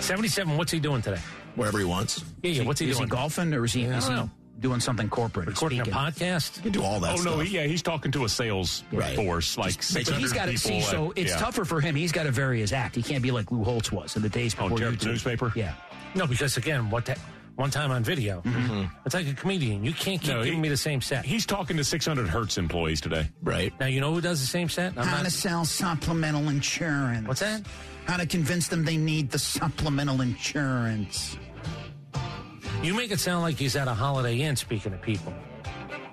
S2: 77, what's he doing today?
S14: wherever he wants. You
S2: Yeah, yeah, what's he
S1: is
S2: doing?
S1: he golfing or is he, is
S2: don't
S1: he
S2: know.
S1: doing something corporate?
S2: Recording a
S1: Speaking.
S2: podcast?
S14: can do all that
S26: Oh
S14: stuff.
S26: no! He, yeah, he's talking to a sales
S14: Right.
S26: force, like
S14: make-
S26: six
S1: But
S26: hundred
S1: he's got to
S26: people.
S1: see. So
S26: and-
S1: it's
S26: yeah.
S1: tougher for him. He's got to vary his act. He can't be like Lou Holtz was in the days
S26: Oh,
S1: before
S26: tear up
S1: YouTube.
S26: the newspaper?
S1: Yeah.
S2: No, because again, what that one time on video,
S1: Mm-hmm.
S2: it's like a comedian. You can't keep
S26: No, he-
S2: giving me the same set.
S26: He's talking to six hundred Hertz employees today.
S14: Right.
S2: now, you know who does the same set? I'm
S1: How to
S2: not,
S1: sell supplemental insurance.
S2: What's that?
S1: How to convince them they need the supplemental insurance.
S2: you make it sound like he's at a Holiday Inn speaking to people.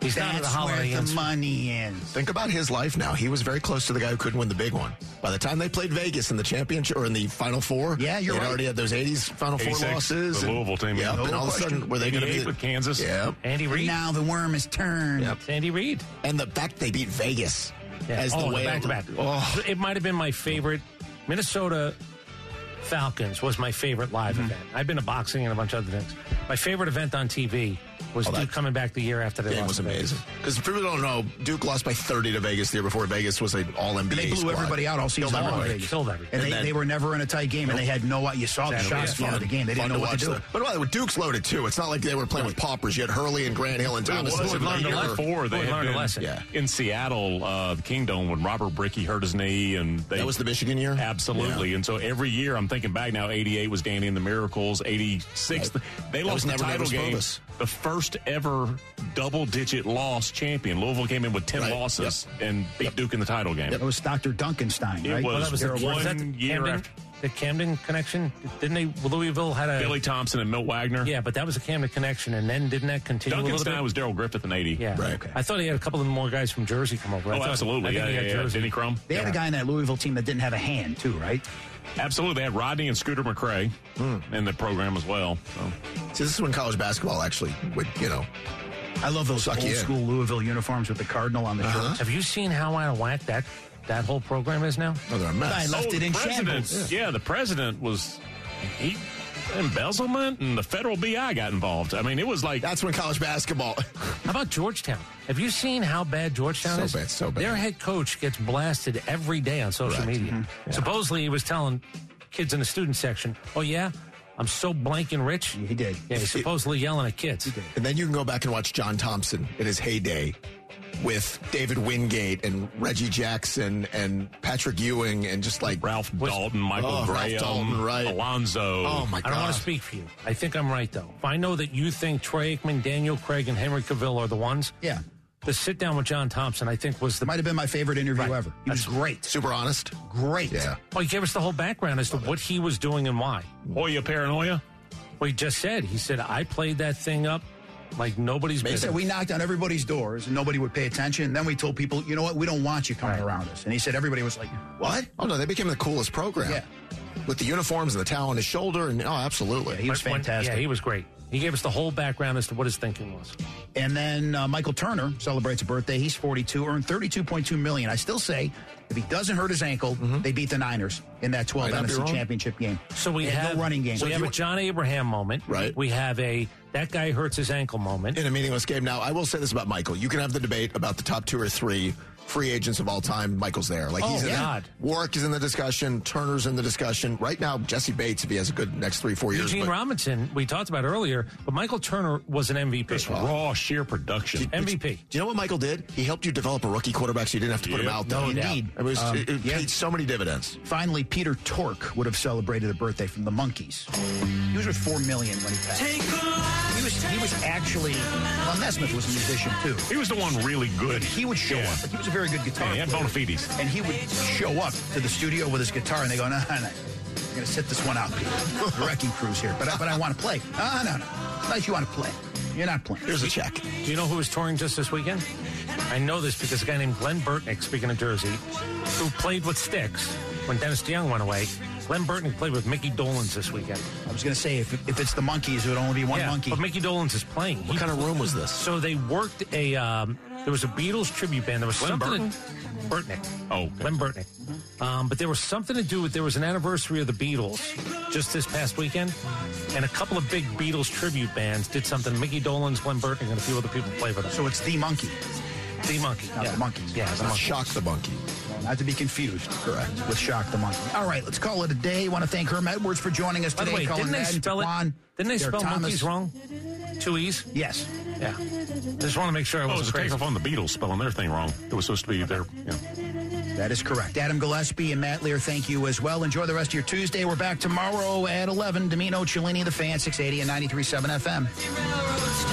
S2: He's not at a
S1: That's where
S2: Holiday
S1: the
S2: Inn.
S1: money is.
S14: Think about his life now. He was very close to the guy who couldn't win the big one. By the time they played Vegas in the championship or in the Final Four,
S1: Yeah, you're
S14: they'd
S1: right.
S14: already had those '80s Final Four
S26: 86,
S14: losses.
S26: the Louisville team, yeah.
S14: Yep,
S26: No
S14: and all of a
S26: question.
S14: sudden, were they going to be
S26: 88 with Kansas.
S14: Yep.
S2: Andy
S1: And
S2: Reid.
S1: now the worm is turned.
S2: It's Andy Reid.
S14: And the fact they beat Vegas as the
S2: oh,
S14: way
S2: back to back.
S14: Oh,
S2: It might have been my favorite. Minnesota Falcons was my favorite live event. I've been to boxing and a bunch of other things. My favorite event on TV was
S14: Oh, that
S2: Duke coming back the year after they
S14: game
S2: lost
S14: was
S2: to Vegas.
S14: amazing. Because people don't know, Duke lost by 30 to Vegas the year before. Vegas was an All NBA.
S1: They blew everybody out all season
S14: Killed
S1: long.
S14: everybody.
S2: They killed everybody.
S1: And,
S14: And
S1: they,
S14: then-
S1: they were never in a tight game, and they had no. You saw the
S2: Exactly.
S1: shots
S2: Yeah.
S1: yeah. of the game. They
S14: Fun
S1: didn't know what to
S14: watch,
S1: do.
S14: though. But by the way, Duke's loaded too. It's not like they were playing with paupers. You had Hurley and Grant Hill and
S26: It
S14: Thomas.
S26: was
S14: It
S26: in
S14: was
S2: learned a
S14: like-
S2: lesson.
S26: '94. They
S2: Boy,
S26: had
S2: learned a
S26: been
S2: lesson.
S14: Yeah.
S26: in Seattle, uh, the Kingdom, when Robert Bricky hurt his knee, and they,
S14: That was the Michigan year?
S26: Absolutely. And so every year, I'm thinking back now. '88 was Danny and the Miracles. '86,
S14: Right.
S26: they
S14: That
S26: lost
S14: was
S26: the
S14: never, never
S26: title game.
S14: Spovis.
S26: The first ever double-digit loss champion. Louisville came in with ten
S14: Right.
S26: losses and beat Duke in the title game.
S1: It was Dr. Dunkenstein,
S26: It was
S1: right?
S2: Well, that was
S26: There
S2: the, was
S26: one
S2: that the
S26: year
S2: Camden,
S26: after-
S2: the Camden connection. Didn't they? Louisville had a
S26: Billy Thompson and Milt Wagner.
S2: yeah, but that was a Camden connection, and then didn't that continue a little bit?
S26: Duncanstein was Daryl Griffith in '80.
S2: yeah,
S14: Right. Okay.
S2: I thought he had a couple of more guys from Jersey come over. I
S26: Oh,
S2: thought- I
S26: absolutely.
S2: think
S26: Yeah,
S2: he
S26: yeah,
S2: had
S26: yeah.
S2: Jersey.
S26: Denny Crum.
S1: They had a guy in that Louisville team that didn't have a hand, too, right?
S26: Absolutely. They had Rodney and Scooter McRae in the program as well. So.
S14: Hmm. See, this is when college basketball actually would, you know,
S1: I love those
S14: Suck
S1: old
S14: you in.
S1: school Louisville uniforms with the cardinal on the shirt.
S2: Have you seen how out of whack that that whole program is now?
S14: oh, they're a
S1: I
S14: mess.
S1: left it in
S26: president,
S1: shambles.
S26: Yeah. the president was he embezzlement and the federal BI got involved. I mean, it was like
S14: That's when college basketball. [laughs]
S2: How about Georgetown? Have you seen how bad Georgetown
S14: So
S2: is?
S14: bad, so bad.
S2: Their head coach gets blasted every day on social
S14: Correct.
S2: media. Supposedly, he was telling kids in the student section, "Oh yeah, I'm so blanking rich."
S1: He did.
S2: Yeah, he's supposedly yelling at kids.
S14: And then you can go back and watch John Thompson in his heyday with David Wingate and Reggie Jackson and Patrick Ewing and just like
S26: Ralph
S2: Was-
S26: Dalton, Michael
S14: Oh, Ralph
S26: Graham,
S14: Dalton, right.
S26: Alonzo.
S14: Oh my
S2: I don't want to
S14: God.
S2: speak for you. I think I'm right, though. If I know that you think Troy Aikman, Daniel Craig, and Henry Cavill are the ones,
S1: Yeah.
S2: the sit down with John Thompson, I think, was the.
S1: Might have been my favorite interview
S2: Right.
S1: ever. He was great.
S14: super honest.
S1: Great.
S14: Yeah.
S2: Well, he gave us the whole background as to what he was doing and why.
S26: Hoya Paranoia.
S2: Well, he just said, he said, I played that thing up Like nobody's
S1: He said
S2: business.
S1: we knocked on everybody's doors and nobody would pay attention. And then we told people, you know what, we don't want you coming around us. And he said everybody was like, what?
S14: Oh no, they became the coolest program.
S1: Yeah.
S14: With the uniforms and the towel on his shoulder, and oh, absolutely,
S1: he was
S2: When-
S1: fantastic.
S2: yeah, he was great. He gave us the whole background as to what his thinking was.
S1: And then uh, Michael Turner celebrates a birthday. He's 42, earned 32.2 million. I still say, if he doesn't hurt his ankle, they beat the Niners in that 12
S2: Mm-hmm. Might not be
S1: NFC
S2: wrong.
S1: Championship game.
S2: So we
S1: They had
S2: have
S1: no running game.
S2: We have a John Abraham moment. Right. We have a that guy hurts his ankle moment.
S14: in a meaningless game. Now, I will say this about Michael: you can have the debate about the top two or three free agents of all time. Michael's there. Like he's
S2: Oh,
S14: in
S2: God.
S14: That. Warwick is in the discussion. Turner's in the discussion right now. Jesse Bates, if he has a good next three, four years,
S2: Eugene
S14: but-
S2: Robinson, we talked about earlier, but Michael Turner was an MVP.
S11: raw sheer production.
S2: MVP.
S14: Do you know what Michael did? He helped you develop a rookie quarterback so you didn't have to put him
S1: Yep.
S14: out there.
S1: No Indeed. doubt.
S14: It, was,
S1: Um,
S14: it, it
S1: yeah.
S14: paid so many dividends.
S1: Finally, Peter Tork would have celebrated a birthday from the Monkees. He was with four million when he passed. He was he was actually Ron Nesmith was a musician too.
S11: He was the one really good.
S1: He would show up. He was a very good guitar.
S11: Yeah, he had
S1: player.
S11: bona fides.
S1: And he would show up to the studio with his guitar, and they go, "No, no, no, I'm gonna sit this one out, Peter. The wrecking crew's here, but I, but I want to play. No, no, no. It's Not you want to play. You're not playing. Here's a check.
S2: Do you know who was touring just this weekend? I know this because a guy named Glenn Burtnick, speaking of Jersey, who played with Styx when Dennis DeYoung went away. Glenn Burtnick played with Mickey Dolans this weekend.
S1: I was gonna say if, if it's the Monkees, it would only be one
S2: yeah,
S1: monkey.
S2: But Mickey Dolans is playing. What
S14: kind of room was this?
S2: So they worked a. Um, there was a Beatles tribute band. There was
S11: Glenn
S2: something. Burtnick.
S11: Oh,
S2: Glenn Burtnick. Um, but there was something to do with there was an anniversary of the Beatles just this past weekend, and a couple of big Beatles tribute bands did something. Mickey Dolan's, Glenn Burtnick, and a few other people played with them.
S1: So it's the Monkey.
S2: The Monkey.
S1: Not
S2: yeah.
S1: the Monkees.
S2: Yeah, the
S1: Not
S2: Monkey.
S14: Shock the monkey.
S1: Not to be confused. Correct. With Shock the Monkey. All right, let's call it a day. want to thank Herm Edwards for joining us
S2: By the
S1: today.
S2: way,
S1: Colin
S2: didn't they
S1: Madden,
S2: spell
S1: Taquan,
S2: it? Didn't they
S1: Derek
S2: spell
S1: Thomas.
S2: monkeys wrong? Two e's.
S1: Yes.
S2: Yeah. Just want to make sure I
S11: Oh, it
S2: wasn't
S11: was a
S2: crazy.
S11: takeoff on the Beatles spelling their thing wrong. It was supposed to be their. Yeah.
S1: That is correct. Adam Gillespie and Matt Lear, thank you as well. Enjoy the rest of your Tuesday. We're back tomorrow at 11. Domino Cellini, the fan, 680 and 93.7 FM.